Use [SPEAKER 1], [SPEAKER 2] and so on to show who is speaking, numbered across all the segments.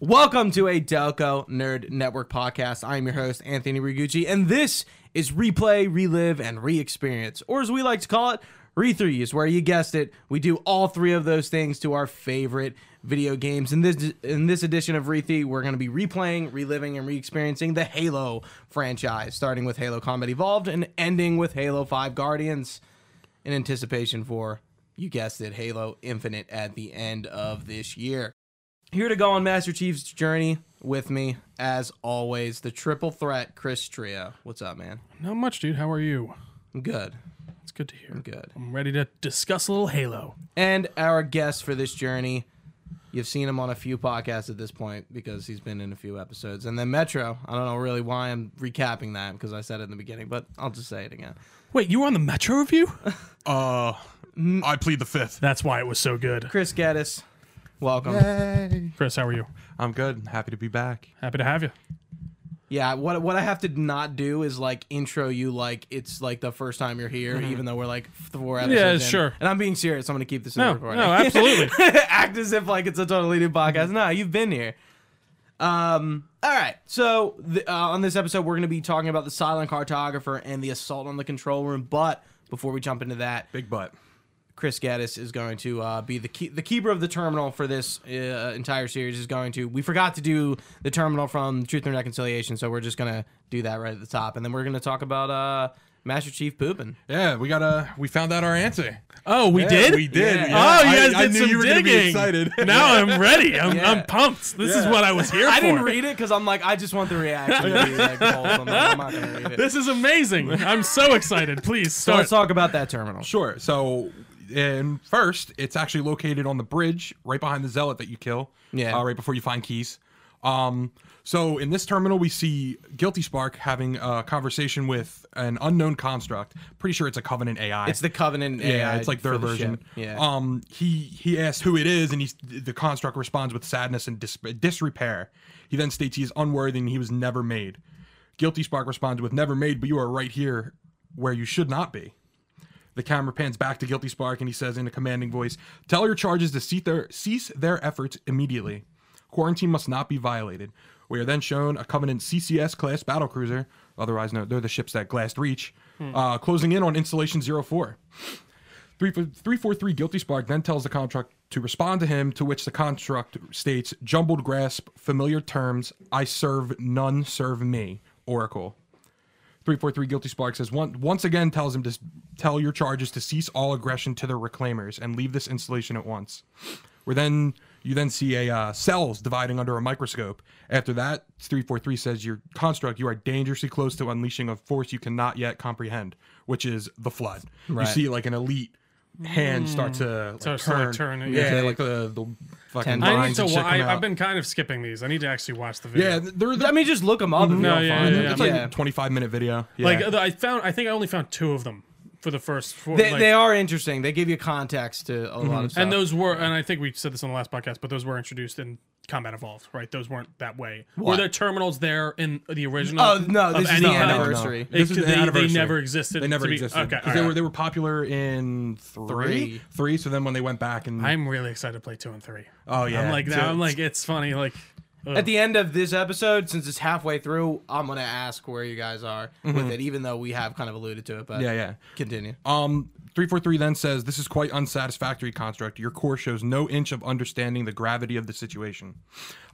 [SPEAKER 1] Welcome to a Delco Nerd Network podcast. I am your host, Anthony Rigucci, and this is Replay, Relive, and Re Experience, or as we like to call it, Re 3 is where you guessed it. We do all three of those things to our favorite video games. In this in this edition of Re 3, we're going to be replaying, reliving, and re experiencing the Halo franchise, starting with Halo Combat Evolved and ending with Halo 5 Guardians in anticipation for, you guessed it, Halo Infinite at the end of this year. Here to go on Master Chief's journey with me, as always, the triple threat, Chris Trio. What's up, man?
[SPEAKER 2] Not much, dude. How are you?
[SPEAKER 1] I'm good.
[SPEAKER 2] It's good to hear.
[SPEAKER 1] I'm good.
[SPEAKER 2] I'm ready to discuss a little Halo.
[SPEAKER 1] And our guest for this journey, you've seen him on a few podcasts at this point because he's been in a few episodes. And then Metro, I don't know really why I'm recapping that because I said it in the beginning, but I'll just say it again.
[SPEAKER 2] Wait, you were on the Metro review?
[SPEAKER 3] Uh, I plead the fifth.
[SPEAKER 2] That's why it was so good.
[SPEAKER 1] Chris Geddes, welcome.
[SPEAKER 2] Chris, how are you?
[SPEAKER 3] I'm good. Happy to be back.
[SPEAKER 2] Happy to have you.
[SPEAKER 1] Yeah, what what I have to not do is like intro you like it's like the first time you're here, even though we're like four episodes. in.
[SPEAKER 2] Mm-hmm. sure.
[SPEAKER 1] And I'm being serious. I'm gonna keep this. In
[SPEAKER 2] No,
[SPEAKER 1] the recording.
[SPEAKER 2] Oh, no, absolutely.
[SPEAKER 1] Act as if like it's a totally new podcast. No, you've been here. Um. All right. So the, uh, on this episode, we're gonna be talking about the silent cartographer and the assault on the control room. But before we jump into that,
[SPEAKER 3] Big butt.
[SPEAKER 1] Chris Gaddis is going to uh, be the key, the keeper of the terminal for this uh, entire series. Is going to we forgot to do the terminal from Truth and Reconciliation, so we're just gonna do that right at the top, and then we're gonna talk about uh, Master Chief pooping.
[SPEAKER 3] Yeah, we got a. We found out our answer.
[SPEAKER 2] Oh, we did?
[SPEAKER 3] We did.
[SPEAKER 1] Yeah.
[SPEAKER 2] Oh, you guys
[SPEAKER 3] I, I
[SPEAKER 2] did
[SPEAKER 3] knew
[SPEAKER 2] some
[SPEAKER 3] you were gonna
[SPEAKER 2] digging.
[SPEAKER 3] Be excited.
[SPEAKER 2] Now I'm ready. I'm,
[SPEAKER 1] Yeah.
[SPEAKER 2] I'm pumped. This is
[SPEAKER 3] Yeah.
[SPEAKER 2] what I was here
[SPEAKER 1] I
[SPEAKER 2] for.
[SPEAKER 1] didn't read it because I'm like I just want the reaction to be like wholesome. Like, I'm not gonna read it.
[SPEAKER 2] This is amazing. I'm so excited. Please
[SPEAKER 1] So
[SPEAKER 2] start.
[SPEAKER 1] let's talk about that terminal.
[SPEAKER 3] Sure. So, and first, it's actually located on the bridge right behind the zealot that you kill.
[SPEAKER 1] Yeah.
[SPEAKER 3] Uh, right before you find keys. Um. So in this terminal, we see Guilty Spark having a conversation with an unknown construct. Pretty sure it's a Covenant AI.
[SPEAKER 1] It's the Covenant.
[SPEAKER 3] Yeah,
[SPEAKER 1] AI
[SPEAKER 3] it's like
[SPEAKER 1] for
[SPEAKER 3] their
[SPEAKER 1] the
[SPEAKER 3] version.
[SPEAKER 1] ship. Yeah.
[SPEAKER 3] Um. He he asks who it is, and he's the construct responds with sadness and dis- disrepair. He then states he is unworthy and he was never made. Guilty Spark responds with "Never made, but you are right here, where you should not be." The camera pans back to Guilty Spark, and he says in a commanding voice, "Tell your charges to cease their cease their efforts immediately. Quarantine must not be violated." We are then shown a Covenant CCS class battlecruiser, otherwise known they're the ships that glassed Reach,
[SPEAKER 1] Hmm.
[SPEAKER 3] uh, closing in on Installation 04. 343 Guilty Spark then tells the contract to respond to him, to which the contract states, jumbled grasp, familiar terms, I serve none, serve me, Oracle. 343 Guilty Spark says, one, once again tells him to s- tell your charges to cease all aggression to their reclaimers and leave this installation at once. Where then you then see a uh, cells dividing under a microscope. After that, 343 says, your construct, you are dangerously close to unleashing a force you cannot yet comprehend, which is the flood.
[SPEAKER 1] Right.
[SPEAKER 3] You see like an elite hand start
[SPEAKER 2] Mm.
[SPEAKER 3] to like,
[SPEAKER 2] Starts to, like,
[SPEAKER 3] turn.
[SPEAKER 2] turn it,
[SPEAKER 3] yeah,
[SPEAKER 1] yeah.
[SPEAKER 3] like the the fucking
[SPEAKER 1] Ten
[SPEAKER 2] I need
[SPEAKER 3] lines
[SPEAKER 2] to.
[SPEAKER 3] and
[SPEAKER 2] Wa-
[SPEAKER 3] shit come
[SPEAKER 2] I,
[SPEAKER 3] out.
[SPEAKER 2] I've been kind of skipping these. I need to actually watch the video.
[SPEAKER 3] yeah, they're, they're
[SPEAKER 1] I mean, just look them up. if
[SPEAKER 2] No,
[SPEAKER 1] you don't
[SPEAKER 2] yeah,
[SPEAKER 1] find
[SPEAKER 2] yeah,
[SPEAKER 1] it.
[SPEAKER 2] yeah.
[SPEAKER 3] it's like a 25 minute video. Yeah.
[SPEAKER 2] Like uh, I found. I think I only found two of them for the first. Four,
[SPEAKER 1] They,
[SPEAKER 2] like-
[SPEAKER 1] they are interesting. They give you context to a lot of stuff.
[SPEAKER 2] And those were, and I think we said this on the last podcast, but those were introduced in Combat Evolved, right? Those weren't that way. Were
[SPEAKER 1] What?
[SPEAKER 2] there terminals there in the original?
[SPEAKER 1] Oh, no,
[SPEAKER 2] of
[SPEAKER 1] this is
[SPEAKER 2] any
[SPEAKER 1] the
[SPEAKER 2] kind?
[SPEAKER 1] anniversary.
[SPEAKER 2] It-
[SPEAKER 3] This is the
[SPEAKER 2] they,
[SPEAKER 3] anniversary.
[SPEAKER 2] They never existed.
[SPEAKER 3] they never
[SPEAKER 2] to be-
[SPEAKER 3] existed
[SPEAKER 2] Okay,
[SPEAKER 3] 'Cause
[SPEAKER 2] all
[SPEAKER 3] they were
[SPEAKER 2] right.
[SPEAKER 3] they were popular in three,
[SPEAKER 1] Three.
[SPEAKER 3] three. So then when they went back and
[SPEAKER 2] I'm really excited to play two and three.
[SPEAKER 3] oh yeah,
[SPEAKER 2] I'm like
[SPEAKER 3] so
[SPEAKER 2] that. I'm
[SPEAKER 3] it's-
[SPEAKER 2] like it's funny. Like
[SPEAKER 1] At the end of this episode, since it's halfway through, I'm gonna ask where you guys are with it, even though we have kind of alluded to it. But
[SPEAKER 3] yeah yeah.
[SPEAKER 1] continue.
[SPEAKER 3] Um, 343 then says, This is quite unsatisfactory construct. Your core shows no inch of understanding the gravity of the situation.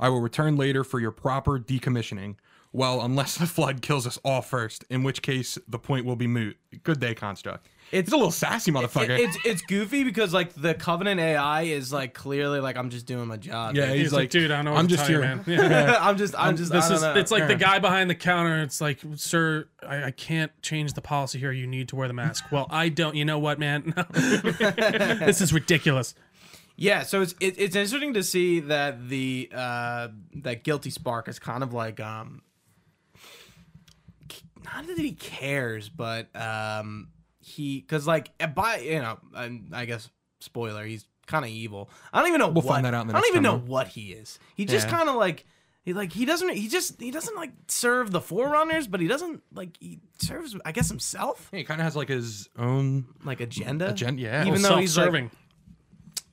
[SPEAKER 3] I will return later for your proper decommissioning. Well, unless the flood kills us all first, in which case the point will be moot. Good day, construct. It's, a little sassy,
[SPEAKER 1] It-
[SPEAKER 3] motherfucker.
[SPEAKER 1] it's it's goofy because like the Covenant AI is like clearly like I'm just doing my job.
[SPEAKER 3] yeah,
[SPEAKER 1] dude.
[SPEAKER 3] he's,
[SPEAKER 2] he's
[SPEAKER 3] like,
[SPEAKER 2] like, dude, I don't know. What
[SPEAKER 3] I'm
[SPEAKER 2] to
[SPEAKER 3] just
[SPEAKER 2] tell you,
[SPEAKER 3] here.
[SPEAKER 2] man. Yeah.
[SPEAKER 1] I'm just I'm just
[SPEAKER 2] This
[SPEAKER 1] I don't
[SPEAKER 2] is
[SPEAKER 1] know.
[SPEAKER 2] it's like the guy behind the counter. It's like, sir, I, I can't change the policy here. You need to wear the mask. well, I don't. You know what, man? No. this is ridiculous.
[SPEAKER 1] Yeah, so it's it, it's interesting to see that the uh that guilty spark is kind of like um not that he cares, but um he because like eh, by you know I, I guess spoiler he's kind of evil. I don't even know
[SPEAKER 3] We'll
[SPEAKER 1] what,
[SPEAKER 3] find that out in the
[SPEAKER 1] I don't
[SPEAKER 3] next
[SPEAKER 1] even know
[SPEAKER 3] timeline.
[SPEAKER 1] what he is. He just
[SPEAKER 3] Yeah.
[SPEAKER 1] kind of like. He, like he doesn't he just he doesn't like serve the forerunners but he doesn't like he serves i guess himself
[SPEAKER 3] He kind of has like his own
[SPEAKER 1] like agenda
[SPEAKER 3] agenda. Yeah. Oh,
[SPEAKER 1] Even though he's like-
[SPEAKER 2] Self-serving.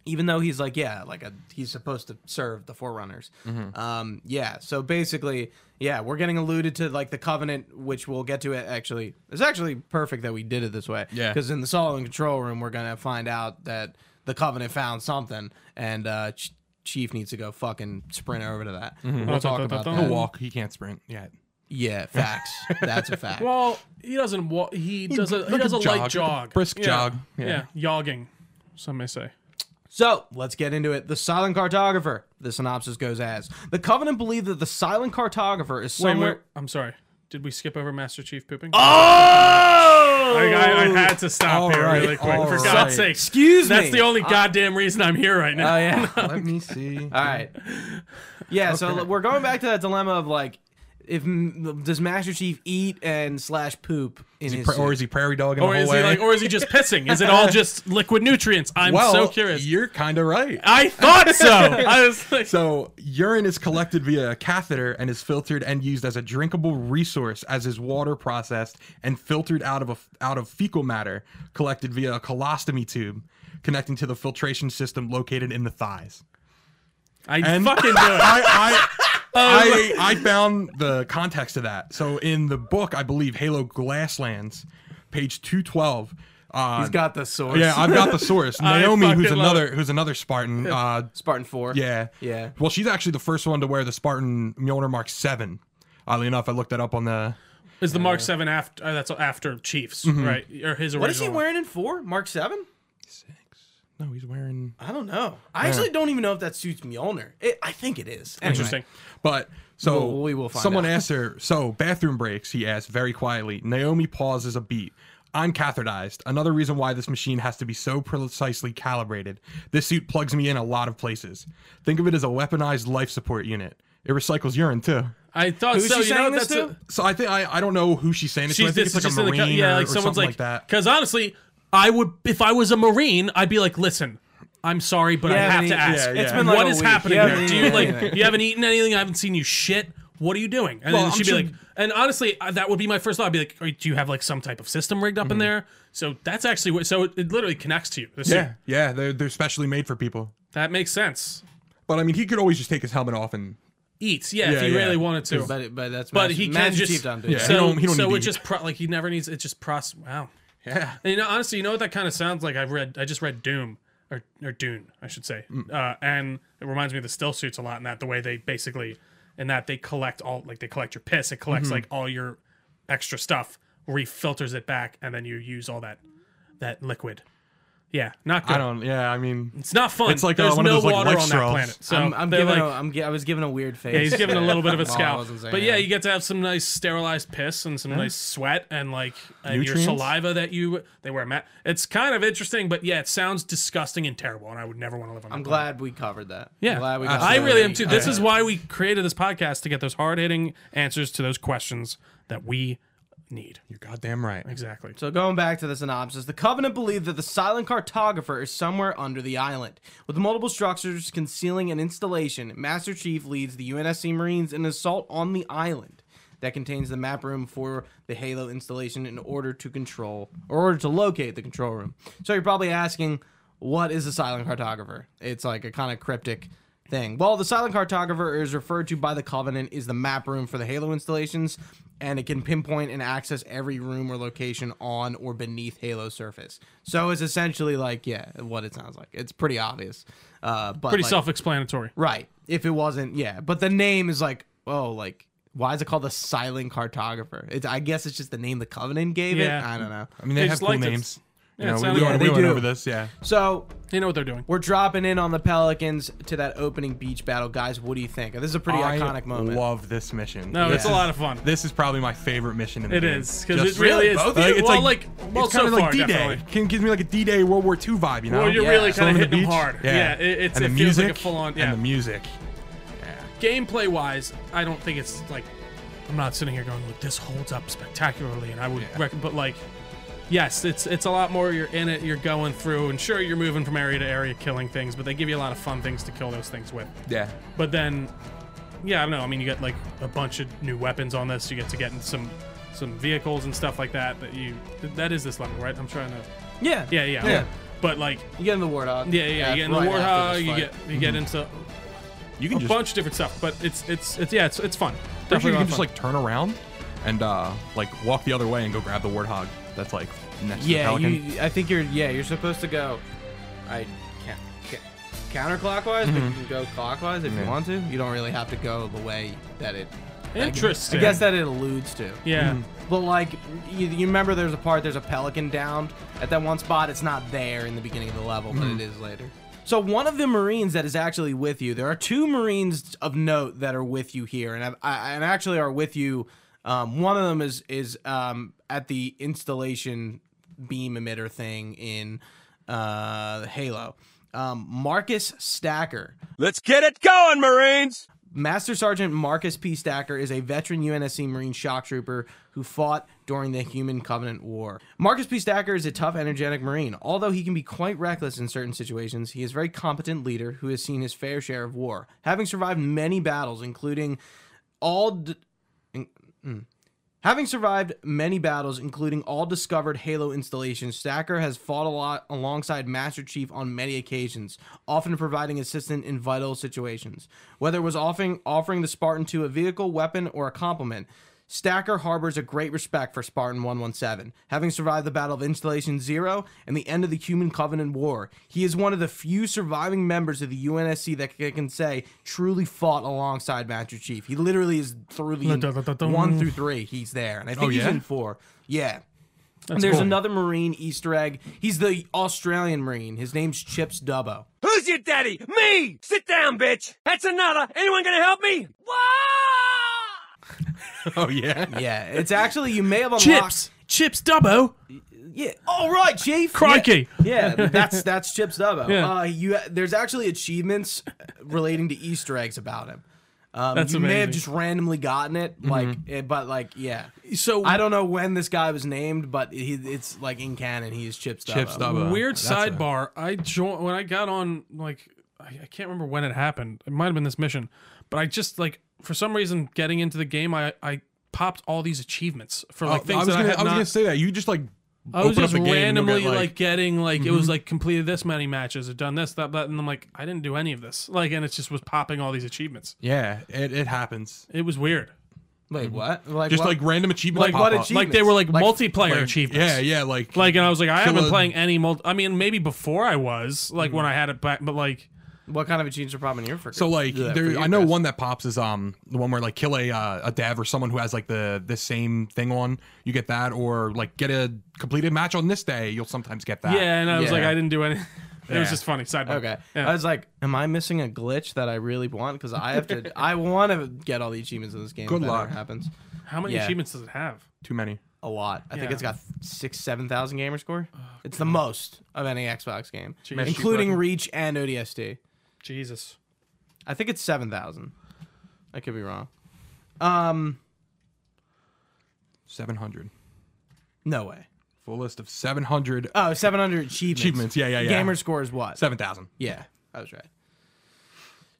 [SPEAKER 1] even though he's like yeah like a, he's supposed to serve the forerunners um yeah so basically yeah we're getting alluded to like the covenant which we'll get to it actually it's actually perfect that we did it this way
[SPEAKER 3] Yeah.
[SPEAKER 1] because in the solid control room we're gonna find out that the covenant found something and uh Ch- chief needs to go fucking sprint over to that we'll talk about
[SPEAKER 2] Dun-dun-dun-dun.
[SPEAKER 1] that
[SPEAKER 3] walk. He can't sprint yet.
[SPEAKER 1] yeah facts that's a fact
[SPEAKER 2] Well, he doesn't walk. He does a he
[SPEAKER 3] like
[SPEAKER 2] does
[SPEAKER 3] a
[SPEAKER 2] a light
[SPEAKER 3] jog, like a
[SPEAKER 2] jog,
[SPEAKER 3] brisk
[SPEAKER 2] Yeah.
[SPEAKER 3] jog. Yeah.
[SPEAKER 2] Yeah. jogging, some may say.
[SPEAKER 1] So let's get into it. The silent cartographer. The synopsis goes as the Covenant believe that the silent cartographer is
[SPEAKER 2] Wait,
[SPEAKER 1] somewhere.
[SPEAKER 2] wait, I'm sorry. Did we skip over Master Chief pooping?
[SPEAKER 1] Oh!
[SPEAKER 2] I, I, I had to stop
[SPEAKER 3] All
[SPEAKER 2] here
[SPEAKER 3] right,
[SPEAKER 2] really quick.
[SPEAKER 3] all
[SPEAKER 2] For
[SPEAKER 3] right.
[SPEAKER 2] God's sake.
[SPEAKER 1] Excuse me.
[SPEAKER 2] That's the only goddamn reason I'm here right now.
[SPEAKER 1] Oh yeah.
[SPEAKER 3] Let me see.
[SPEAKER 1] All right. Yeah. So we're going back to that dilemma of like, if does Master Chief eat and slash poop in his
[SPEAKER 3] Pra- or
[SPEAKER 1] suit?
[SPEAKER 3] is he prairie dogging
[SPEAKER 2] or
[SPEAKER 3] the whole
[SPEAKER 2] is
[SPEAKER 3] way?
[SPEAKER 2] he like, or is he just pissing? Is it all just liquid nutrients? I'm
[SPEAKER 3] well,
[SPEAKER 2] so curious.
[SPEAKER 3] You're kind of right.
[SPEAKER 2] I thought so. I was like,
[SPEAKER 3] So urine is collected via a catheter and is filtered and used as a drinkable resource as is water processed and filtered out of a, out of fecal matter collected via a colostomy tube connecting to the filtration system located in the thighs.
[SPEAKER 2] I
[SPEAKER 3] And
[SPEAKER 2] fucking knew it.
[SPEAKER 3] I, I,
[SPEAKER 2] Oh
[SPEAKER 3] I, I found the context of that. So in the book, I believe Halo Glasslands, page two twelve. Uh,
[SPEAKER 1] He's got the source.
[SPEAKER 3] yeah, I've got the source.
[SPEAKER 2] I
[SPEAKER 3] Naomi, who's
[SPEAKER 2] fucking love
[SPEAKER 3] another who's another Spartan, uh,
[SPEAKER 1] Spartan Four.
[SPEAKER 3] yeah.
[SPEAKER 1] Yeah.
[SPEAKER 3] Well, she's actually the first one to wear the Spartan Mjolnir Mark 7. Oddly enough, I looked that up on the.
[SPEAKER 2] Is the Mark Seven after? Oh, that's after Chiefs, right? Or his original?
[SPEAKER 1] What is he
[SPEAKER 2] one.
[SPEAKER 1] wearing in four? Mark Seven?
[SPEAKER 3] No, he's wearing.
[SPEAKER 1] I don't know. I actually don't even know if that suits Mjolnir. It, I think it is. Anyway.
[SPEAKER 2] Interesting.
[SPEAKER 3] But so
[SPEAKER 1] Well, we will find
[SPEAKER 3] someone
[SPEAKER 1] out.
[SPEAKER 3] asked her. So bathroom breaks. He asked very quietly. Naomi pauses a beat. I'm catheterized. Another reason why this machine has to be so precisely calibrated. This suit plugs me in a lot of places. Think of it as a weaponized life support unit. It recycles urine too.
[SPEAKER 2] I thought
[SPEAKER 1] Who's
[SPEAKER 2] so.
[SPEAKER 1] she
[SPEAKER 2] you know,
[SPEAKER 1] saying this
[SPEAKER 2] that's
[SPEAKER 1] to?
[SPEAKER 2] a,
[SPEAKER 3] So I think I, I don't know who she's saying it to. I
[SPEAKER 2] she's
[SPEAKER 3] think
[SPEAKER 2] this
[SPEAKER 3] it's
[SPEAKER 2] is
[SPEAKER 3] like
[SPEAKER 2] just
[SPEAKER 3] a
[SPEAKER 2] in the
[SPEAKER 3] marine
[SPEAKER 2] co- yeah,
[SPEAKER 3] or,
[SPEAKER 2] like
[SPEAKER 3] or
[SPEAKER 2] someone's
[SPEAKER 3] something
[SPEAKER 2] like,
[SPEAKER 3] like, that.
[SPEAKER 2] Because honestly, I would if I was a marine, I'd be like, listen. I'm sorry, but I
[SPEAKER 1] Yeah,
[SPEAKER 2] have
[SPEAKER 1] I
[SPEAKER 2] to
[SPEAKER 1] mean,
[SPEAKER 2] ask.
[SPEAKER 3] yeah, yeah.
[SPEAKER 2] What is
[SPEAKER 1] Like a week.
[SPEAKER 2] happening
[SPEAKER 1] Yeah,
[SPEAKER 2] here?
[SPEAKER 1] yeah,
[SPEAKER 2] Do
[SPEAKER 1] yeah,
[SPEAKER 2] you like?
[SPEAKER 1] yeah.
[SPEAKER 2] You haven't eaten anything. I haven't seen you shit. What are you doing? And
[SPEAKER 3] Well,
[SPEAKER 2] then
[SPEAKER 3] I'm
[SPEAKER 2] she'd be
[SPEAKER 3] sure-
[SPEAKER 2] like, and honestly, I, that would be my first thought. I'd be like, "Are- do you have like some type of system rigged up
[SPEAKER 3] Mm-hmm.
[SPEAKER 2] in there? So that's actually what. So it, it literally connects to you. the suit.
[SPEAKER 3] Yeah, yeah, they're they're specially made for people.
[SPEAKER 2] that makes sense.
[SPEAKER 3] But I mean, he could always just take his helmet off and
[SPEAKER 2] Eats, yeah,
[SPEAKER 3] Yeah,
[SPEAKER 2] if he
[SPEAKER 3] yeah.
[SPEAKER 2] really wanted to.
[SPEAKER 1] But it, but that's
[SPEAKER 2] but
[SPEAKER 1] Master-
[SPEAKER 2] he can
[SPEAKER 1] Master
[SPEAKER 2] just
[SPEAKER 1] Chief done, dude.
[SPEAKER 3] Yeah.
[SPEAKER 2] so,
[SPEAKER 3] he don't- he don't
[SPEAKER 2] so
[SPEAKER 3] need
[SPEAKER 2] it
[SPEAKER 3] to
[SPEAKER 2] just pro- like he never needs it just process wow
[SPEAKER 3] yeah.
[SPEAKER 2] and you know honestly you know what that kind of sounds like I've read I just read Doom or, or Dune I should say
[SPEAKER 3] Mm.
[SPEAKER 2] uh, and it reminds me of the still suits a lot in that the way they basically in that they collect all like they collect your piss it collects
[SPEAKER 3] Mm-hmm.
[SPEAKER 2] like all your extra stuff refilters it back and then you use all that that liquid yeah not good
[SPEAKER 3] I don't. Yeah, I mean,
[SPEAKER 2] it's not fun
[SPEAKER 3] It's like, uh,
[SPEAKER 2] there's
[SPEAKER 3] one of
[SPEAKER 2] no
[SPEAKER 3] those, like,
[SPEAKER 2] water
[SPEAKER 3] life
[SPEAKER 2] on that
[SPEAKER 3] straws.
[SPEAKER 2] planet so
[SPEAKER 1] I'm, I'm
[SPEAKER 2] they're
[SPEAKER 1] giving
[SPEAKER 2] like,
[SPEAKER 1] a, I'm, gi- I was giving a weird face.
[SPEAKER 2] yeah, he's giving a little bit of a
[SPEAKER 1] No, I
[SPEAKER 2] scowl.
[SPEAKER 1] wasn't saying
[SPEAKER 2] But yeah,
[SPEAKER 1] that.
[SPEAKER 2] you get to have some nice sterilized piss and some nice sweat and like and your
[SPEAKER 3] Nutrients?
[SPEAKER 2] saliva that you they wear. Mat- it's kind of interesting, but yeah, it sounds disgusting and terrible, and I would never want to live on.
[SPEAKER 1] I'm
[SPEAKER 2] that planet.
[SPEAKER 1] glad we covered that.
[SPEAKER 2] Yeah,
[SPEAKER 1] I'm glad we got
[SPEAKER 2] I
[SPEAKER 1] that.
[SPEAKER 2] really am too. This is why we created this podcast to get those hard hitting answers to those questions that we need.
[SPEAKER 3] you're goddamn right.
[SPEAKER 2] Exactly.
[SPEAKER 1] So going back to the synopsis, the Covenant believe that the silent cartographer is somewhere under the island. With multiple structures concealing an installation, Master Chief leads the UNSC Marines in an assault on the island that contains the map room for the Halo installation in order to control or order to locate the control room. So you're probably asking, what is the silent cartographer? It's like a kind of cryptic thing. Well, the silent cartographer is referred to by the Covenant is the map room for the Halo installations, and it can pinpoint and access every room or location on or beneath Halo surface. So it's essentially like, yeah, what it sounds like. It's pretty obvious. Uh, but
[SPEAKER 2] Pretty
[SPEAKER 1] like-
[SPEAKER 2] self-explanatory.
[SPEAKER 1] Right. If it wasn't, yeah. But the name is like, oh, like why is it called the Silent Cartographer? It's, I guess it's just the name the Covenant gave it.
[SPEAKER 2] Yeah.
[SPEAKER 1] I don't know.
[SPEAKER 3] I mean, they,
[SPEAKER 2] They
[SPEAKER 3] have
[SPEAKER 2] just
[SPEAKER 3] cool
[SPEAKER 2] liked it.
[SPEAKER 3] names.
[SPEAKER 2] Yeah, it
[SPEAKER 3] you know,
[SPEAKER 2] sounds-
[SPEAKER 3] we, we
[SPEAKER 2] Yeah,
[SPEAKER 3] went-
[SPEAKER 1] they
[SPEAKER 3] we went
[SPEAKER 1] do.
[SPEAKER 3] over this. Yeah,
[SPEAKER 1] So
[SPEAKER 2] They know what they're doing.
[SPEAKER 1] we're dropping in on the Pelicans to that opening beach battle, guys. What do you think? This is a pretty
[SPEAKER 3] I
[SPEAKER 1] iconic moment.
[SPEAKER 3] Love this mission.
[SPEAKER 2] No, it's
[SPEAKER 3] This
[SPEAKER 2] a lot
[SPEAKER 3] is-
[SPEAKER 2] of fun.
[SPEAKER 3] This is probably my favorite mission in the
[SPEAKER 2] It
[SPEAKER 3] game.
[SPEAKER 2] is because it
[SPEAKER 3] Just-
[SPEAKER 2] really is.
[SPEAKER 1] both of
[SPEAKER 2] Like,
[SPEAKER 1] you?
[SPEAKER 2] it's
[SPEAKER 1] Well,
[SPEAKER 2] like like well,
[SPEAKER 3] it's
[SPEAKER 2] so
[SPEAKER 3] kind of
[SPEAKER 2] far
[SPEAKER 3] like D-Day.
[SPEAKER 2] definitely.
[SPEAKER 3] Can gives me like a D-Day World War II vibe. You know?
[SPEAKER 2] Well, you're
[SPEAKER 1] Yeah.
[SPEAKER 2] really
[SPEAKER 3] Still
[SPEAKER 2] kind
[SPEAKER 3] on
[SPEAKER 2] of
[SPEAKER 3] the
[SPEAKER 2] hitting
[SPEAKER 3] beach?
[SPEAKER 2] them hard. Yeah, it, it's
[SPEAKER 3] and
[SPEAKER 2] it
[SPEAKER 3] the
[SPEAKER 2] feels
[SPEAKER 3] music
[SPEAKER 2] like a full on. Yeah.
[SPEAKER 3] and the music.
[SPEAKER 2] Gameplay wise, I don't think it's like I'm not sitting here going, look, this holds up spectacularly, and I would
[SPEAKER 3] Yeah.
[SPEAKER 2] reckon, but like, yes, it's it's a lot more. You're in it, you're going through, and sure, you're moving from area to area, killing things, but they give you a lot of fun things to kill those things with.
[SPEAKER 3] Yeah,
[SPEAKER 2] But then, yeah, I don't know. I mean, you get like a bunch of new weapons on this. You get to get in some some vehicles and stuff like that. That you that is this level, right? I'm trying to.
[SPEAKER 1] Yeah.
[SPEAKER 2] Yeah, yeah.
[SPEAKER 1] Yeah.
[SPEAKER 2] But like,
[SPEAKER 1] You get in the Warthog.
[SPEAKER 2] yeah, yeah, yeah, you get in the
[SPEAKER 1] right after
[SPEAKER 2] Warthog,
[SPEAKER 1] this
[SPEAKER 2] you
[SPEAKER 1] fight.
[SPEAKER 2] get you get into
[SPEAKER 3] You
[SPEAKER 2] a
[SPEAKER 3] can just
[SPEAKER 2] bunch of different stuff. But it's it's it's yeah, it's it's fun.
[SPEAKER 3] Pretty
[SPEAKER 2] Definitely a
[SPEAKER 3] sure you
[SPEAKER 2] lot
[SPEAKER 3] can
[SPEAKER 2] of
[SPEAKER 3] just
[SPEAKER 2] fun.
[SPEAKER 3] like turn around and uh like walk the other way and go grab the warthog that's like next
[SPEAKER 1] Yeah,
[SPEAKER 3] to the pelican.
[SPEAKER 1] you, I think you're. Yeah, you're supposed to go. I can't. Counterclockwise, but you can go clockwise if
[SPEAKER 3] Mm-hmm. Yeah.
[SPEAKER 1] you want to. You don't really have to go the way that it.
[SPEAKER 2] Interesting.
[SPEAKER 1] I guess that it alludes to.
[SPEAKER 2] yeah.
[SPEAKER 3] Mm-hmm.
[SPEAKER 1] But like, you, you remember there's a part there's a pelican downed at that one spot. It's not there in the beginning of the level, but it is later. So one of the marines that is actually with you. There are two marines of note that are with you here, and I, I, and actually are with you. Um, one of them is is um, at the installation beam emitter thing in uh, Halo. Um, Marcus Stacker.
[SPEAKER 4] Let's get it going, Marines!
[SPEAKER 1] Master Sergeant Marcus P. Stacker is a veteran UNSC Marine shock trooper who fought during the Human Covenant War. Marcus P. Stacker is a tough, energetic Marine. Although he can be quite reckless in certain situations, he is a very competent leader who has seen his fair share of war, having survived many battles, including all. D- in- mm. Having survived many battles, including all discovered Halo installations, Stacker has fought a lot alongside Master Chief on many occasions, often providing assistance in vital situations. Whether it was offering, offering the Spartan 2 a vehicle, weapon, or a complement, Stacker harbors a great respect for Spartan 117. Having survived the Battle of Installation Zero and the end of the Human Covenant War, he is one of the few surviving members of the UNSC that c- can say truly fought alongside Master Chief. He literally is through the
[SPEAKER 2] Dun-dun-dun-dun.
[SPEAKER 1] one through three. He's there, and I think he's
[SPEAKER 3] yeah?
[SPEAKER 1] in four. Yeah. And there's
[SPEAKER 2] Oh, cool.
[SPEAKER 1] another Marine Easter egg. He's the Australian Marine. His name's Chips Dubbo.
[SPEAKER 4] Who's your daddy? Me! Sit down, bitch! That's another! Anyone gonna help me? Wah!
[SPEAKER 3] oh yeah.
[SPEAKER 1] Yeah, it's actually you may have unlocked.
[SPEAKER 2] Chips, chips, Dubbo,
[SPEAKER 1] Yeah. All right, Chief.
[SPEAKER 2] crikey.
[SPEAKER 1] Yeah, yeah, that's that's Chips Dubbo.
[SPEAKER 2] Yeah.
[SPEAKER 1] Uh, you there's actually achievements relating to Easter eggs about him. Um,
[SPEAKER 2] That's
[SPEAKER 1] you may have
[SPEAKER 2] amazing. Mm-hmm.
[SPEAKER 1] just randomly gotten it, like, eh, but like, yeah.
[SPEAKER 2] So
[SPEAKER 1] I don't know when this guy was named, but he, it's like in canon, he is Chips Dubbo.
[SPEAKER 3] Chips Dubbo.
[SPEAKER 2] Weird
[SPEAKER 3] That's a-
[SPEAKER 2] sidebar. I joined when I got on. Like I, I can't remember when it happened. It might have been this mission, but I just like for some reason getting into the game, I I popped all these achievements for like
[SPEAKER 3] Oh, I
[SPEAKER 2] things
[SPEAKER 3] was
[SPEAKER 2] that
[SPEAKER 3] gonna,
[SPEAKER 2] I had
[SPEAKER 3] I was
[SPEAKER 2] not.
[SPEAKER 3] gonna say that you just like
[SPEAKER 2] I was
[SPEAKER 3] open
[SPEAKER 2] just
[SPEAKER 3] up the game and you'll
[SPEAKER 2] randomly
[SPEAKER 3] get,
[SPEAKER 2] like,
[SPEAKER 3] like, mm-hmm.
[SPEAKER 2] getting like it was like completed this many matches or done this that that and I'm like I didn't do any of this like and it just was popping all these achievements.
[SPEAKER 3] yeah, it, it happens.
[SPEAKER 2] It was weird.
[SPEAKER 1] Wait, what? Like,
[SPEAKER 3] Just
[SPEAKER 1] what?
[SPEAKER 3] like random achievements.
[SPEAKER 2] Like
[SPEAKER 3] pop
[SPEAKER 1] what
[SPEAKER 3] up.
[SPEAKER 1] achieve-
[SPEAKER 2] Like they were like,
[SPEAKER 1] Like-
[SPEAKER 2] multiplayer
[SPEAKER 3] Like,
[SPEAKER 2] achievements.
[SPEAKER 3] Yeah, yeah, like
[SPEAKER 2] Like and I was like I haven't
[SPEAKER 3] a-
[SPEAKER 2] playing any multi. I mean maybe before I was like
[SPEAKER 1] Mm.
[SPEAKER 2] when I had it back, but like
[SPEAKER 1] What kind of achievements are popping in your for?
[SPEAKER 3] So like
[SPEAKER 1] Yeah, for
[SPEAKER 3] there,
[SPEAKER 1] you,
[SPEAKER 3] I know
[SPEAKER 1] Chris.
[SPEAKER 3] one that pops is um the one where like kill a uh, a dev or someone who has like the the same thing on you get that or like get a completed match on this day you'll sometimes get that
[SPEAKER 2] Yeah, and I was
[SPEAKER 1] Uh,
[SPEAKER 2] like,
[SPEAKER 1] Yeah.
[SPEAKER 2] I didn't do any. It was
[SPEAKER 3] Yeah.
[SPEAKER 2] just funny. Sidebar.
[SPEAKER 1] Okay.
[SPEAKER 2] Yeah.
[SPEAKER 1] I was like, am I missing a glitch that I really want? Because I have to. I want to get all the achievements in this game. if
[SPEAKER 3] Good
[SPEAKER 1] that
[SPEAKER 3] luck.
[SPEAKER 1] ever happens.
[SPEAKER 2] How many
[SPEAKER 1] Yeah.
[SPEAKER 2] achievements does it have?
[SPEAKER 3] too many
[SPEAKER 1] A lot. I think
[SPEAKER 2] Yeah. Oh,
[SPEAKER 1] it's got six, seven thousand gamer score. it's the most of any Xbox game,
[SPEAKER 2] Jeez.
[SPEAKER 1] including Reach and ODST.
[SPEAKER 2] Jesus.
[SPEAKER 1] I think it's seven thousand. I could be wrong.
[SPEAKER 3] seven hundred
[SPEAKER 1] No way.
[SPEAKER 3] full list of seven hundred
[SPEAKER 1] Oh, 700 achievements.
[SPEAKER 3] Achievements, yeah, yeah, yeah.
[SPEAKER 1] Gamer score is what?
[SPEAKER 3] seven thousand
[SPEAKER 1] Yeah, I was right.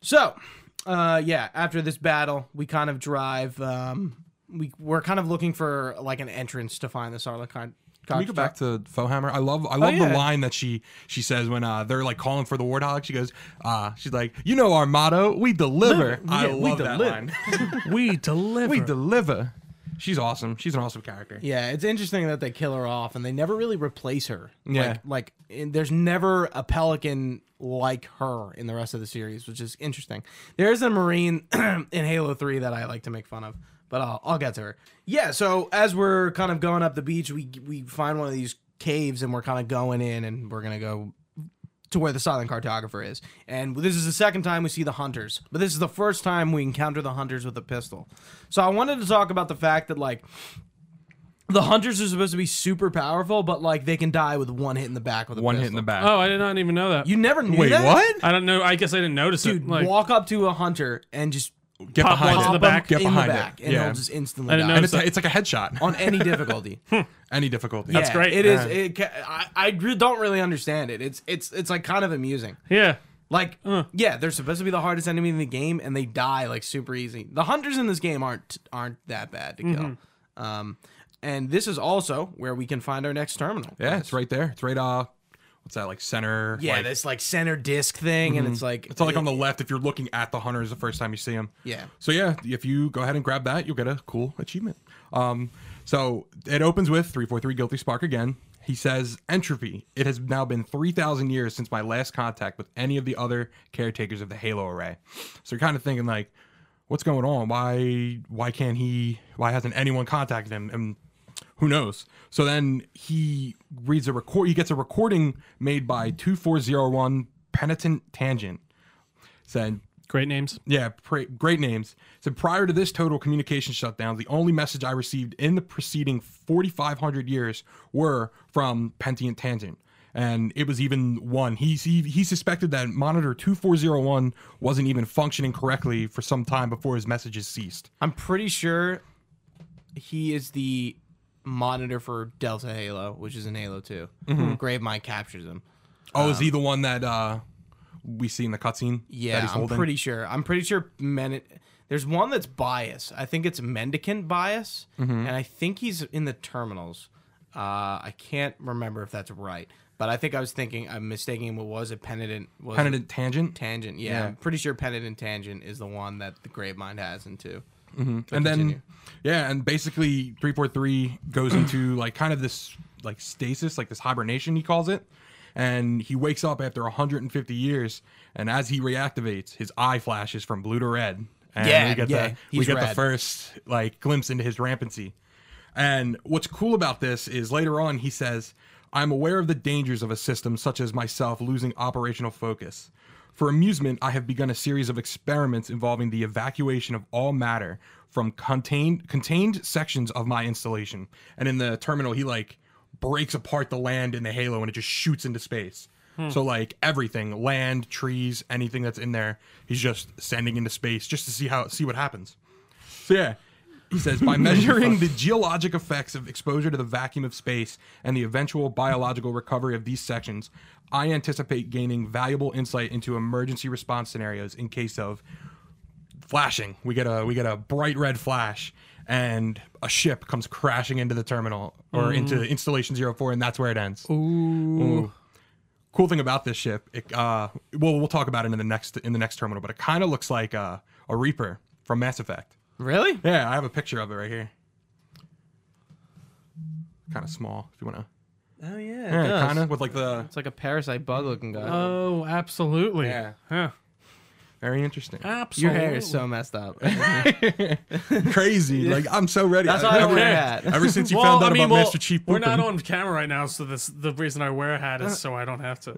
[SPEAKER 1] So, uh, yeah, after this battle, we kind of drive. Um, we we're kind of looking for like an entrance to find the Sarlacc.
[SPEAKER 3] Can we go back to Fohammer? I love I love
[SPEAKER 1] yeah.
[SPEAKER 3] the line that she she says when uh, they're like calling for the warthog. She goes, uh, she's like, you know our motto, we deliver. I
[SPEAKER 1] Yeah,
[SPEAKER 3] love
[SPEAKER 1] we
[SPEAKER 3] that
[SPEAKER 1] deliver.
[SPEAKER 3] line.
[SPEAKER 2] We deliver.
[SPEAKER 3] we deliver. She's awesome. She's an awesome character.
[SPEAKER 1] Yeah, it's interesting that they kill her off and they never really replace her.
[SPEAKER 3] Yeah.
[SPEAKER 1] Like, like in, there's never a pelican like her in the rest of the series, which is interesting. There is a marine in Halo 3 that I like to make fun of, but I'll, I'll get to her. Yeah, so as we're kind of going up the beach, we we find one of these caves and we're kind of going in and we're going to go to where the silent cartographer is. And this is the second time we see the hunters, but this is the first time we encounter the hunters with a pistol. So I wanted to talk about the fact that like the hunters are supposed to be super powerful, but like they can die with one hit in the back with a
[SPEAKER 3] One
[SPEAKER 1] pistol.
[SPEAKER 3] hit in the back.
[SPEAKER 2] Oh, I did not even know that.
[SPEAKER 1] Uh, You never knew
[SPEAKER 3] Wait,
[SPEAKER 1] that?
[SPEAKER 3] what?
[SPEAKER 2] I don't know. I guess I didn't notice
[SPEAKER 1] Dude,
[SPEAKER 2] it. Like,
[SPEAKER 1] walk up to a hunter and just
[SPEAKER 3] Get
[SPEAKER 2] Pop
[SPEAKER 3] behind
[SPEAKER 2] one
[SPEAKER 3] it.
[SPEAKER 2] to the
[SPEAKER 1] pop
[SPEAKER 2] back.
[SPEAKER 1] him
[SPEAKER 3] Get
[SPEAKER 1] in
[SPEAKER 3] behind
[SPEAKER 1] the
[SPEAKER 3] it.
[SPEAKER 1] back, and
[SPEAKER 3] Yeah.
[SPEAKER 1] they'll just instantly
[SPEAKER 2] I didn't
[SPEAKER 1] die
[SPEAKER 3] And
[SPEAKER 2] notice
[SPEAKER 3] it's a, it's like a headshot.
[SPEAKER 1] on any difficulty.
[SPEAKER 3] Any difficulty.
[SPEAKER 2] That's great.
[SPEAKER 1] It is.
[SPEAKER 2] Yeah.
[SPEAKER 1] It, ca- I, I re- don't really understand it. It's it's it's like kind of amusing.
[SPEAKER 2] yeah.
[SPEAKER 1] Like, yeah, they're supposed to be the hardest enemy in the game, and they die like super easy. The hunters in this game aren't aren't that bad to kill. Um, and this is also where we can find our next terminal.
[SPEAKER 3] Yeah, it's right there. It's right uh what's that like center?
[SPEAKER 1] Yeah,
[SPEAKER 3] like,
[SPEAKER 1] this like center disc thing, and it's like
[SPEAKER 3] it's like on the left if you're looking at the hunters the first time you see them.
[SPEAKER 1] Yeah.
[SPEAKER 3] So yeah, if you go ahead and grab that, you'll get a cool achievement. Um, so it opens with 343 Guilty Spark again. He says, Entropy, it has now been 3,000 years since my last contact with any of the other caretakers of the Halo array. So you're kind of thinking, like, what's going on? Why why can't he why hasn't anyone contacted him? And who knows? So then he reads a record he gets a recording made by 2401 Penitent Tangent saying
[SPEAKER 2] Great names.
[SPEAKER 3] yeah, pra- great names. Said prior to this total communication shutdown, the only message I received in the preceding 4,500 years were from Pentient Tangent. And it was even one. He, he he suspected that monitor 2401 wasn't even functioning correctly for some time before his messages ceased.
[SPEAKER 1] I'm pretty sure he is the monitor for Delta Halo, which is in Halo 2. Gravemind captures him.
[SPEAKER 3] Oh, is he the one that uh, we see in the cutscene?
[SPEAKER 1] Um,
[SPEAKER 3] that
[SPEAKER 1] Yeah, I'm pretty sure. I'm pretty sure Men- there's one that's bias. I think it's mendicant bias,
[SPEAKER 3] Mm-hmm.
[SPEAKER 1] and I think he's in the terminals. Uh, I can't remember if that's right, but I think I was thinking I'm mistaking him. What was it? Penitent was it
[SPEAKER 3] Penitent Tangent.
[SPEAKER 1] tangent. Yeah, I'm pretty sure penitent tangent is the one that the Gravemind has in 2
[SPEAKER 3] and
[SPEAKER 1] continue.
[SPEAKER 3] then yeah and basically 343 goes into like kind of this like stasis like this hibernation he calls it and he wakes up after 150 years and as he reactivates his eye flashes from blue to red and
[SPEAKER 1] Yeah,
[SPEAKER 3] we get
[SPEAKER 1] yeah,
[SPEAKER 3] the we
[SPEAKER 1] he's
[SPEAKER 3] get the
[SPEAKER 1] red.
[SPEAKER 3] first like glimpse into his rampancy and what's cool about this is later on he says, I'm aware of the dangers of a system such as myself losing operational focus. For amusement, I have begun a series of experiments involving the evacuation of all matter from contained contained sections of my installation. And in the terminal, he like breaks apart the land in the halo and it just shoots into space. So like everything, land, trees, anything that's in there, he's just sending into space just to see how see what happens. So yeah, he says by measuring the geologic effects of exposure to the vacuum of space and the eventual biological recovery of these sections, I anticipate gaining valuable insight into emergency response scenarios in case of flashing. We get a we get a bright red flash and a ship comes crashing into the terminal or into installation 04 and that's where it ends. Ooh. Cool thing about this ship, it, uh well we'll talk about it in the next in the next terminal, but it kind of looks like uh, a Reaper from Mass Effect.
[SPEAKER 1] Really?
[SPEAKER 3] Yeah, I have a picture of it right here. Kind of small, if you want to.
[SPEAKER 1] Oh yeah,
[SPEAKER 3] Yeah, kind of with like the
[SPEAKER 1] It's like a parasite bug looking guy.
[SPEAKER 2] Oh, absolutely.
[SPEAKER 3] Yeah.
[SPEAKER 2] Huh.
[SPEAKER 3] very interesting,
[SPEAKER 1] Your
[SPEAKER 2] Absolutely.
[SPEAKER 1] hair is so messed up.
[SPEAKER 3] crazy. Like I'm so ready.
[SPEAKER 1] That's
[SPEAKER 3] I-
[SPEAKER 1] why I
[SPEAKER 3] ever,
[SPEAKER 1] wear a hat.
[SPEAKER 3] ever since you
[SPEAKER 2] well,
[SPEAKER 3] found out
[SPEAKER 2] I mean,
[SPEAKER 3] about
[SPEAKER 2] well,
[SPEAKER 3] Master Chief,
[SPEAKER 2] we're not
[SPEAKER 3] pooping.
[SPEAKER 2] on camera right now, so this the reason I wear a hat
[SPEAKER 1] Uh.
[SPEAKER 2] is so I don't have to.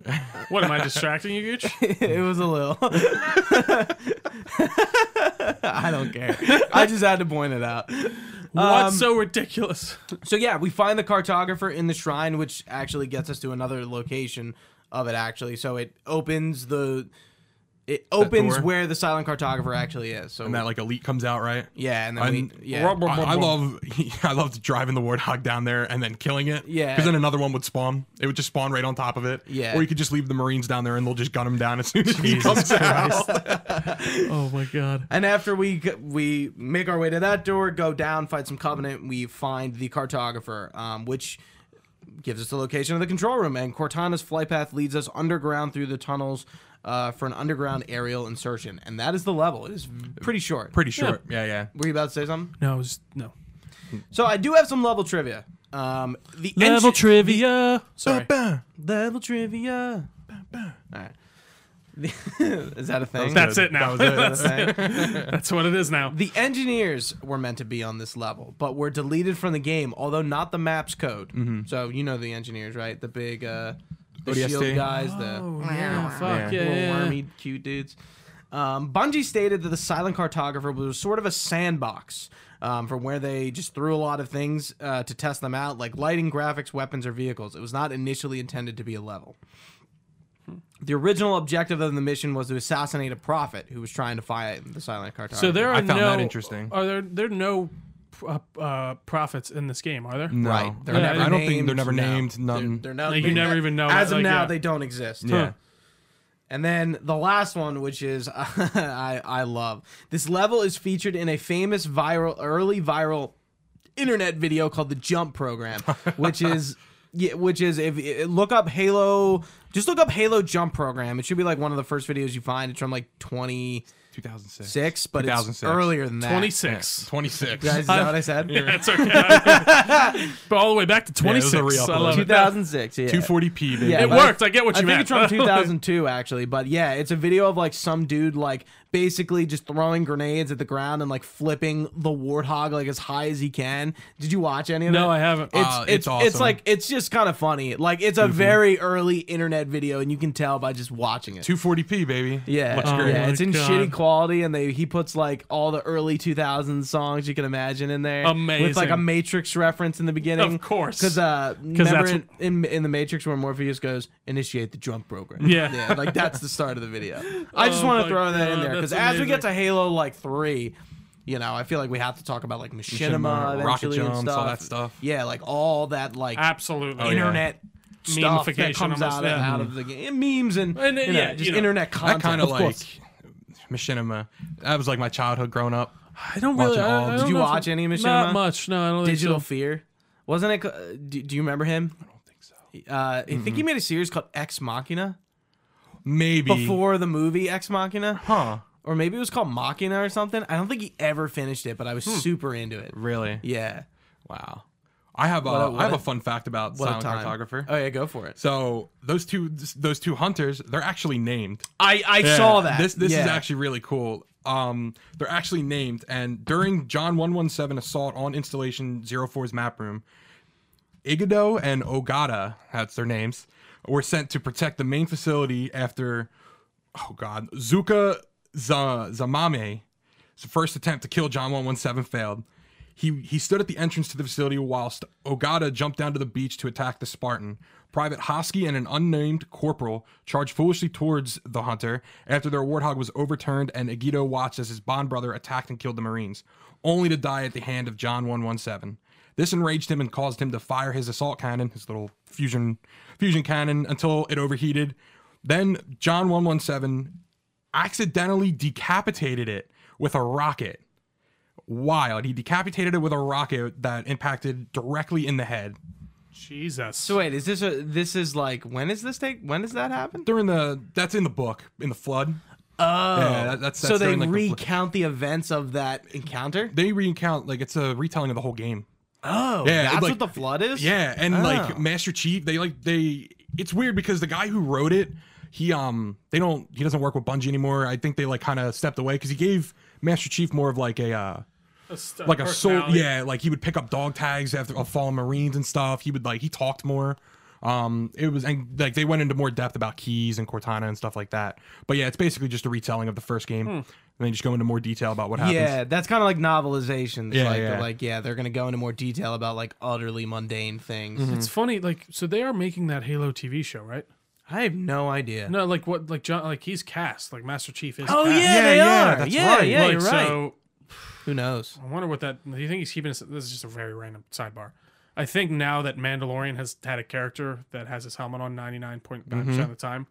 [SPEAKER 2] What am I distracting you, Gooch?
[SPEAKER 1] it was a little. I don't care. I just had to point it out. Um,
[SPEAKER 2] What's so ridiculous?
[SPEAKER 1] So yeah, we find the cartographer in the shrine, which actually gets us to another location of it. Actually, so it opens the. It opens
[SPEAKER 3] door?
[SPEAKER 1] where the silent cartographer actually is. So
[SPEAKER 3] and that like elite comes out right.
[SPEAKER 1] yeah, and then we,
[SPEAKER 3] And-
[SPEAKER 1] yeah.
[SPEAKER 2] Rubber-
[SPEAKER 3] I, I love I loved driving the warthog down there and then killing it.
[SPEAKER 1] Yeah.
[SPEAKER 3] because then another one would spawn. It would just spawn right on top of it.
[SPEAKER 1] Yeah.
[SPEAKER 3] or you could just leave the marines down there and they'll just gun him down as soon as he comes out.
[SPEAKER 2] Oh my god.
[SPEAKER 1] And after we g- we make our way to that door, go down, fight some covenant, we find the cartographer, um, which gives us the location of the control room. And Cortana's flight path leads us underground through the tunnels uh, for an underground aerial insertion, and that is the level. It is pretty short.
[SPEAKER 3] Pretty short. Yeah, yeah.
[SPEAKER 1] Were you about to say something?
[SPEAKER 2] No, it's no.
[SPEAKER 1] So I do have some level trivia. Um, the
[SPEAKER 2] Level
[SPEAKER 1] entry-
[SPEAKER 2] trivia. Sorry.
[SPEAKER 1] level trivia. All right. is that a thing?
[SPEAKER 2] That's it now.
[SPEAKER 3] That was it.
[SPEAKER 1] Is that a thing?
[SPEAKER 2] That's what it is now.
[SPEAKER 1] The engineers were meant to be on this level, but were deleted from the game, although not the map's code. So you know the engineers, right? The big uh the
[SPEAKER 3] ODST.
[SPEAKER 1] shield guys, the
[SPEAKER 2] Oh, yeah, fuck yeah.
[SPEAKER 1] little
[SPEAKER 2] yeah.
[SPEAKER 1] wormy cute dudes. Um, Bungie stated that the silent cartographer was sort of a sandbox um, from where they just threw a lot of things uh, to test them out, like lighting, graphics, weapons, or vehicles. It was not initially intended to be a level. The original objective of the mission was to assassinate a prophet who was trying to fight the silent cartographer.
[SPEAKER 2] So there are
[SPEAKER 3] I found
[SPEAKER 2] no,
[SPEAKER 3] that interesting.
[SPEAKER 2] Are there there are no uh, uh, profits in this game? Are there?
[SPEAKER 3] No,
[SPEAKER 1] Right. They're
[SPEAKER 3] I-
[SPEAKER 2] never
[SPEAKER 3] I don't think they're
[SPEAKER 1] named,
[SPEAKER 3] never
[SPEAKER 1] no.
[SPEAKER 3] named. None.
[SPEAKER 1] They're not.
[SPEAKER 2] Like, you
[SPEAKER 1] they-
[SPEAKER 2] never even know
[SPEAKER 1] As
[SPEAKER 2] it,
[SPEAKER 1] of
[SPEAKER 2] like,
[SPEAKER 1] now,
[SPEAKER 2] yeah.
[SPEAKER 1] they don't exist.
[SPEAKER 3] yeah.
[SPEAKER 1] And then the last one, which is I I love this level, is featured in a famous viral early viral internet video called the Jump Program, which is yeah, which is if eh, look up Halo, just look up Halo Jump Program. It should be like one of the first videos you find. It's from like 26,
[SPEAKER 3] 2006.
[SPEAKER 1] but it's
[SPEAKER 3] 2006.
[SPEAKER 1] earlier than that.
[SPEAKER 2] 26.
[SPEAKER 3] 26.
[SPEAKER 1] Guys, Is that what I said?
[SPEAKER 2] That's okay. but all the way back to
[SPEAKER 3] Yeah, it
[SPEAKER 2] 26.
[SPEAKER 3] was a real
[SPEAKER 2] I love it.
[SPEAKER 1] 2006. Yeah.
[SPEAKER 3] 240p, baby.
[SPEAKER 1] Yeah,
[SPEAKER 2] It
[SPEAKER 1] but
[SPEAKER 2] worked. I get what
[SPEAKER 1] I
[SPEAKER 2] you
[SPEAKER 1] think
[SPEAKER 2] meant.
[SPEAKER 1] it's from 2002 actually, but yeah, it's a video of like some dude like basically just throwing grenades at the ground and like flipping the warthog like as high as he can. Did you watch any of that?
[SPEAKER 2] No, I haven't.
[SPEAKER 1] It's
[SPEAKER 3] Uh,
[SPEAKER 1] it's,
[SPEAKER 3] it's
[SPEAKER 1] it's,
[SPEAKER 3] awesome.
[SPEAKER 1] like it's just kind of funny. Like it's
[SPEAKER 2] Mm-hmm.
[SPEAKER 1] a very early internet video, and you can tell by just watching it.
[SPEAKER 3] 240p, baby.
[SPEAKER 1] yeah,
[SPEAKER 3] Looks
[SPEAKER 2] Oh
[SPEAKER 3] great.
[SPEAKER 1] yeah,
[SPEAKER 2] my
[SPEAKER 1] it's in
[SPEAKER 2] God.
[SPEAKER 1] shitty quality, and they he puts like all the early 2000s songs you can imagine in there. with like
[SPEAKER 2] Amazing.
[SPEAKER 1] a Matrix reference in the beginning,
[SPEAKER 2] Of course.
[SPEAKER 1] because uh, remember
[SPEAKER 2] that's
[SPEAKER 1] in, in in the Matrix where Morpheus goes initiate the jump program.
[SPEAKER 2] Yeah.
[SPEAKER 1] yeah, like that's the start of the video. I just
[SPEAKER 2] Oh
[SPEAKER 1] want
[SPEAKER 2] my
[SPEAKER 1] to throw that in
[SPEAKER 2] God,
[SPEAKER 1] there because as
[SPEAKER 2] that's
[SPEAKER 1] we get
[SPEAKER 2] amazing.
[SPEAKER 1] to Halo like three. You know, I feel like we have to talk about like machinima,
[SPEAKER 3] Machinima, rocket
[SPEAKER 1] eventually and
[SPEAKER 3] jumps,
[SPEAKER 1] stuff.
[SPEAKER 3] all that stuff.
[SPEAKER 1] Yeah, like all that like
[SPEAKER 2] Absolutely.
[SPEAKER 3] yeah.
[SPEAKER 1] internet stuff that
[SPEAKER 2] Memification
[SPEAKER 1] comes
[SPEAKER 2] almost,
[SPEAKER 1] out,
[SPEAKER 2] yeah.
[SPEAKER 1] out of the game, memes and,
[SPEAKER 2] And, uh,
[SPEAKER 1] you know,
[SPEAKER 2] yeah,
[SPEAKER 1] just
[SPEAKER 2] you know,
[SPEAKER 1] internet content.
[SPEAKER 3] That kind of
[SPEAKER 1] Of
[SPEAKER 3] like
[SPEAKER 1] course.
[SPEAKER 3] machinima. That was like my childhood growing up.
[SPEAKER 2] I don't
[SPEAKER 3] Watching
[SPEAKER 2] really. I-
[SPEAKER 3] all
[SPEAKER 2] I
[SPEAKER 3] of
[SPEAKER 2] don't
[SPEAKER 3] them.
[SPEAKER 1] Did you
[SPEAKER 2] know if
[SPEAKER 1] watch
[SPEAKER 2] it-
[SPEAKER 1] any Machinima?
[SPEAKER 2] Not much. No, I don't think
[SPEAKER 1] Digital
[SPEAKER 2] so.
[SPEAKER 1] Fear. Wasn't it? ca- Do, do you remember him? I don't think so. Uh, I think he made a series called Ex Machina
[SPEAKER 3] Maybe.
[SPEAKER 1] before the movie Ex Machina,
[SPEAKER 3] Huh.
[SPEAKER 1] or maybe it was called Machina or something. I don't think he ever finished it, but I was super into it.
[SPEAKER 3] Really?
[SPEAKER 1] Yeah.
[SPEAKER 3] Wow. I have a,
[SPEAKER 1] What a- what
[SPEAKER 3] I have
[SPEAKER 1] a-
[SPEAKER 3] a fun fact about
[SPEAKER 1] What a
[SPEAKER 3] silent
[SPEAKER 1] time.
[SPEAKER 3] cartographer.
[SPEAKER 1] Oh yeah, go for it.
[SPEAKER 3] So those two those two hunters, they're actually named.
[SPEAKER 1] I I saw that.
[SPEAKER 3] This this
[SPEAKER 1] Yeah.
[SPEAKER 3] is actually really cool. Um, they're actually named, and during John 117 assault on installation 04's map room, Igado and Ogata, that's their names, were sent to protect the main facility after, oh god, Zuka Za- Zamame's first attempt to kill John 117 failed. He, he stood at the entrance to the facility whilst Ogata jumped down to the beach to attack the Spartan. Private Hosky and an unnamed corporal charged foolishly towards the hunter after their warthog was overturned, and Aguido watched as his bond brother attacked and killed the Marines, only to die at the hand of John 117. This enraged him and caused him to fire his assault cannon, his little fusion fusion cannon, until it overheated. Then John 117 accidentally decapitated it with a rocket. Wild. He decapitated it with a rocket that impacted directly in the head.
[SPEAKER 2] Jesus.
[SPEAKER 1] So wait, is this a? This is like when is this take? When does that happen?
[SPEAKER 3] During the that's in the book in the flood.
[SPEAKER 1] Oh,
[SPEAKER 3] Yeah, that- that's-
[SPEAKER 1] so
[SPEAKER 3] that's
[SPEAKER 1] they
[SPEAKER 3] during, like, the-
[SPEAKER 1] recount the events of that encounter.
[SPEAKER 3] They recount like it's a retelling of the whole game.
[SPEAKER 1] Oh,
[SPEAKER 3] Yeah,
[SPEAKER 1] that's what
[SPEAKER 3] like-
[SPEAKER 1] the flood is.
[SPEAKER 3] Yeah, and
[SPEAKER 1] Oh.
[SPEAKER 3] like Master Chief, they like they. It's weird because the guy who wrote it, he um, they don't. He doesn't work with Bungie anymore. I think they like kind of stepped away because he gave Master Chief more of like a uh, like a soul.
[SPEAKER 2] personality.
[SPEAKER 3] Yeah, like he would pick up dog tags after of fallen Marines and stuff. He would like he talked more. Um, it was and like they went into more depth about keys and Cortana and stuff like that. But yeah, it's basically just a retelling of the first
[SPEAKER 2] Hmm.
[SPEAKER 3] game, and they just go into more detail about what happens.
[SPEAKER 1] Yeah, that's kind of like novelizations.
[SPEAKER 3] Yeah,
[SPEAKER 1] like,
[SPEAKER 3] yeah.
[SPEAKER 1] They're like, yeah, they're going to go into more detail about like utterly mundane things.
[SPEAKER 3] Mm-hmm.
[SPEAKER 2] It's funny, like so they are making that Halo TV show, right?
[SPEAKER 1] I have no idea.
[SPEAKER 2] No, like what, like John, like he's cast, like Master Chief is.
[SPEAKER 1] Oh,
[SPEAKER 2] cast.
[SPEAKER 1] yeah, they
[SPEAKER 3] yeah,
[SPEAKER 1] are.
[SPEAKER 3] that's
[SPEAKER 1] yeah,
[SPEAKER 3] right.
[SPEAKER 1] yeah,
[SPEAKER 2] Like,
[SPEAKER 1] you're right.
[SPEAKER 2] So
[SPEAKER 1] Who knows?
[SPEAKER 2] I wonder what that. Do you think he's keeping us? This is just a very random sidebar. I think now that Mandalorian has had a character that has his helmet on ninety nine point nine percent of
[SPEAKER 1] Mm-hmm.
[SPEAKER 2] the time,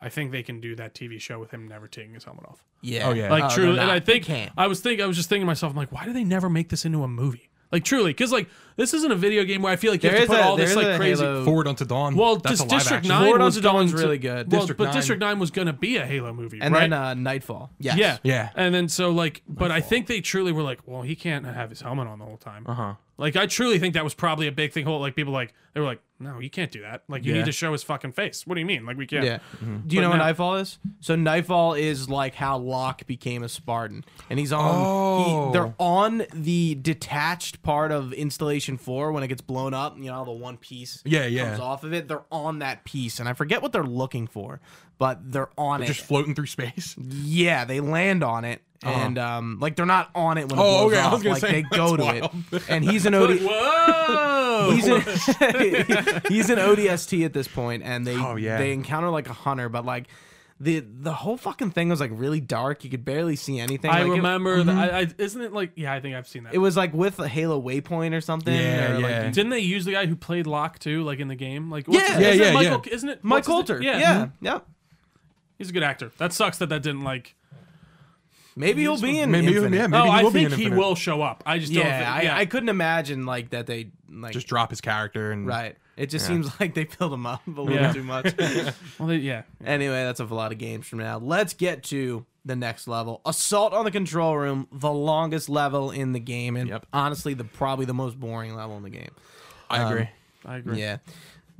[SPEAKER 2] I think they can do that TV show with him never taking his helmet off.
[SPEAKER 1] Yeah.
[SPEAKER 3] Oh, yeah.
[SPEAKER 2] Like
[SPEAKER 1] Oh, they're
[SPEAKER 2] truly, and
[SPEAKER 1] not.
[SPEAKER 2] I think
[SPEAKER 1] They can't.
[SPEAKER 2] I was think I was just thinking to myself, I'm like, why do they never make this into a movie? Like truly, because like this isn't a video game where I feel like you
[SPEAKER 1] There
[SPEAKER 2] have
[SPEAKER 1] is
[SPEAKER 2] to
[SPEAKER 1] a,
[SPEAKER 2] put all
[SPEAKER 1] there
[SPEAKER 2] this
[SPEAKER 1] is
[SPEAKER 2] like
[SPEAKER 1] a
[SPEAKER 2] crazy.
[SPEAKER 1] Halo-
[SPEAKER 3] Forward onto Dawn.
[SPEAKER 2] Well,
[SPEAKER 3] that's
[SPEAKER 2] just
[SPEAKER 3] a live
[SPEAKER 2] District
[SPEAKER 3] action.
[SPEAKER 2] Nine
[SPEAKER 1] Lord
[SPEAKER 2] was
[SPEAKER 1] Unto Dawn's
[SPEAKER 2] going to-
[SPEAKER 1] really good.
[SPEAKER 2] Well,
[SPEAKER 3] District
[SPEAKER 2] but
[SPEAKER 3] Nine.
[SPEAKER 2] District Nine was going to be a Halo movie,
[SPEAKER 1] And
[SPEAKER 2] right?
[SPEAKER 1] then uh, Nightfall. Yes.
[SPEAKER 2] yeah,
[SPEAKER 3] Yeah.
[SPEAKER 2] And then so like, but I think they truly were like, well, he can't have his helmet on the whole time. Uh
[SPEAKER 1] Uh-huh.
[SPEAKER 2] huh. Like I truly think that was probably a big thing. Whole like people like they were like, no, you can't do that. Like you
[SPEAKER 3] Yeah.
[SPEAKER 2] need to show his fucking face. What do you mean? Like we can't.
[SPEAKER 1] Yeah.
[SPEAKER 3] Mm-hmm.
[SPEAKER 1] Do you
[SPEAKER 2] But
[SPEAKER 1] know what
[SPEAKER 2] now-
[SPEAKER 1] Nightfall is? So Nightfall is like how Locke became a Spartan, and he's on.
[SPEAKER 3] Oh.
[SPEAKER 1] He, they're on the detached part of Installation Four when it gets blown up. You know, the one piece.
[SPEAKER 3] Yeah, yeah.
[SPEAKER 1] Comes off of it. They're on that piece, and I forget what they're looking for, but they're on it.
[SPEAKER 3] Just floating through space.
[SPEAKER 1] yeah, they land on it. And um, like they're not on it when it
[SPEAKER 3] Uh-huh. Oh,
[SPEAKER 1] blows
[SPEAKER 3] okay, I
[SPEAKER 1] off.
[SPEAKER 3] was gonna
[SPEAKER 1] like
[SPEAKER 3] say,
[SPEAKER 1] they go to
[SPEAKER 3] that's
[SPEAKER 1] it, and he's an OD.
[SPEAKER 2] Whoa.
[SPEAKER 1] he's an, he's an ODST at this point, and they
[SPEAKER 3] Oh, yeah.
[SPEAKER 1] they encounter like a hunter, but like the the whole fucking thing was like really dark. You could barely see anything. Like,
[SPEAKER 2] I
[SPEAKER 1] it- mm-hmm.
[SPEAKER 2] remember that. I, I, isn't it like yeah? I think I've seen that.
[SPEAKER 1] It, was like with a Halo Waypoint or something.
[SPEAKER 3] Yeah,
[SPEAKER 1] or, like,
[SPEAKER 3] yeah.
[SPEAKER 2] Didn't they use the guy who played Locke too, like in the game? Like what's
[SPEAKER 1] Yeah.
[SPEAKER 2] his-
[SPEAKER 1] Yeah,
[SPEAKER 2] isn't it
[SPEAKER 3] yeah,
[SPEAKER 2] Michael,
[SPEAKER 3] yeah.
[SPEAKER 2] Isn't it
[SPEAKER 1] Mike
[SPEAKER 2] what's his-
[SPEAKER 1] Coulter.
[SPEAKER 2] Yeah.
[SPEAKER 1] yeah, yep.
[SPEAKER 2] he's a good actor. That sucks that that didn't like.
[SPEAKER 1] Maybe he'll be in.
[SPEAKER 3] Maybe, yeah,
[SPEAKER 1] Infinite.
[SPEAKER 3] maybe
[SPEAKER 2] No,
[SPEAKER 3] he
[SPEAKER 2] I
[SPEAKER 3] will be
[SPEAKER 2] think
[SPEAKER 3] in
[SPEAKER 2] he
[SPEAKER 3] Infinite.
[SPEAKER 2] will show up. I just
[SPEAKER 1] Yeah,
[SPEAKER 2] don't. Think,
[SPEAKER 1] I,
[SPEAKER 2] yeah,
[SPEAKER 1] I couldn't imagine like that they like
[SPEAKER 3] just drop his character and
[SPEAKER 1] right. It just seems like they filled them up a little
[SPEAKER 2] Yeah.
[SPEAKER 1] too much.
[SPEAKER 2] Well, they, yeah.
[SPEAKER 1] Anyway, that's a lot of games from now. Let's get to the next level. Assault on the control room, the longest level in the game, and
[SPEAKER 3] Yep.
[SPEAKER 1] honestly, the probably the most boring level in the game. Um,
[SPEAKER 3] I agree.
[SPEAKER 2] I agree.
[SPEAKER 1] Yeah.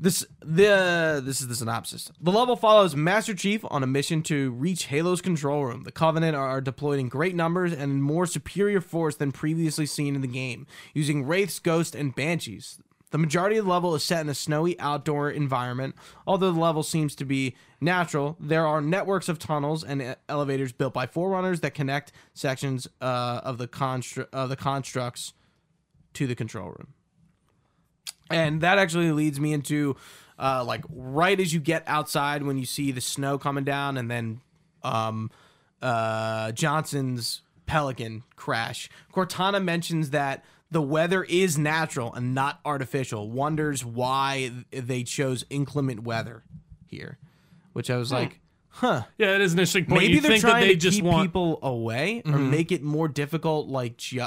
[SPEAKER 1] This the this is the synopsis. The level follows Master Chief on a mission to reach Halo's control room. The Covenant are deployed in great numbers and in more superior force than previously seen in the game, using wraiths, ghosts, and banshees. The majority of the level is set in a snowy outdoor environment. Although the level seems to be natural, there are networks of tunnels and e- elevators built by Forerunners that connect sections uh, of the constru- of the constructs to the control room and that actually leads me into uh, like right as you get outside when you see the snow coming down and then um, uh, johnson's pelican crash cortana mentions that the weather is natural and not artificial wonders why they chose inclement weather here which i was like huh
[SPEAKER 2] Yeah, it is an interesting point.
[SPEAKER 1] maybe
[SPEAKER 2] Hmm. you
[SPEAKER 1] they're
[SPEAKER 2] think
[SPEAKER 1] trying
[SPEAKER 2] that they
[SPEAKER 1] to
[SPEAKER 2] just
[SPEAKER 1] keep
[SPEAKER 2] want Mm-hmm.
[SPEAKER 1] people away or make it more difficult like ge-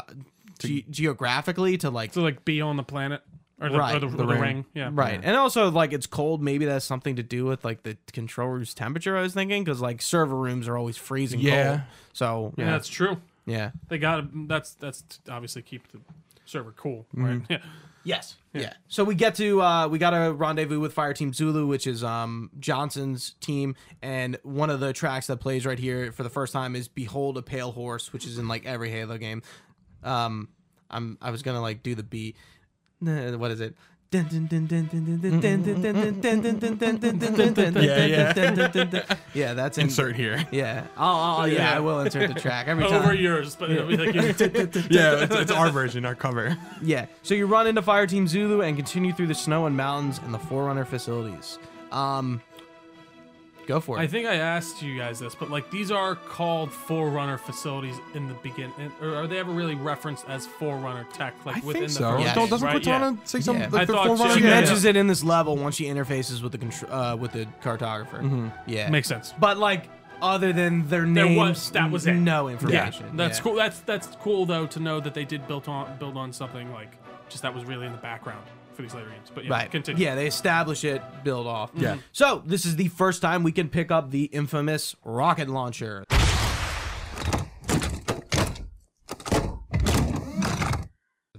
[SPEAKER 1] ge- geographically to like
[SPEAKER 2] to like be on the planet or the,
[SPEAKER 1] Right,
[SPEAKER 2] or the,
[SPEAKER 1] the
[SPEAKER 2] or the
[SPEAKER 3] ring.
[SPEAKER 2] ring. Yeah.
[SPEAKER 1] Right. And also, like, it's cold. Maybe that's something to do with, like, the control room's temperature, I was thinking, because, like, server rooms are always freezing
[SPEAKER 3] Yeah.
[SPEAKER 1] cold. So,
[SPEAKER 2] Yeah,
[SPEAKER 1] yeah.
[SPEAKER 2] that's true.
[SPEAKER 1] Yeah.
[SPEAKER 2] They got to that's that's to obviously keep the server cool, right?
[SPEAKER 1] Mm-hmm.
[SPEAKER 2] Yeah.
[SPEAKER 1] Yes. Yeah. So we get to, uh, we got a rendezvous with Fireteam Zulu, which is um, Johnson's team. And one of the tracks that plays right here for the first time is Behold a Pale Horse, which is in, like, every Halo game. Um, I'm, I was going to, like, do the beat. Nah, What is it? Yeah, yeah. Yeah, that's in,
[SPEAKER 3] Insert here.
[SPEAKER 1] Yeah. Oh, oh yeah,
[SPEAKER 2] Yeah.
[SPEAKER 1] I will insert the track every time.
[SPEAKER 2] Over yours, but it'll be like you-
[SPEAKER 3] yeah, it's, it's our version, our cover.
[SPEAKER 1] yeah. So you run into Fireteam Zulu and continue through the snow and mountains and the Forerunner facilities. Um, go for it.
[SPEAKER 2] I think I asked you guys this, but like these are called Forerunner facilities in the beginning, or are they ever really referenced as Forerunner tech? Like within the first
[SPEAKER 1] Yeah.
[SPEAKER 2] game,
[SPEAKER 3] Don't- doesn't
[SPEAKER 2] right? Yeah.
[SPEAKER 3] Cortana say something?
[SPEAKER 1] Yeah.
[SPEAKER 3] Like
[SPEAKER 2] I
[SPEAKER 3] the
[SPEAKER 2] thought so.
[SPEAKER 3] forerunner?
[SPEAKER 1] she
[SPEAKER 2] Yeah.
[SPEAKER 1] mentions it in this level once she interfaces with the contr- uh, with the cartographer. Yeah,
[SPEAKER 2] Mm-hmm. Makes sense.
[SPEAKER 1] But like, other than their
[SPEAKER 2] There
[SPEAKER 1] names,
[SPEAKER 2] was that was it.
[SPEAKER 1] no
[SPEAKER 2] Yeah,
[SPEAKER 1] information.
[SPEAKER 2] that's
[SPEAKER 1] Yeah.
[SPEAKER 2] cool. That's that's cool though to know that they did build on build on something like just that was really in the background for these later games. But yeah,
[SPEAKER 1] Right.
[SPEAKER 2] continue.
[SPEAKER 1] Yeah, they establish it, build off.
[SPEAKER 3] Yeah.
[SPEAKER 1] So this is the first time we can pick up the infamous rocket launcher.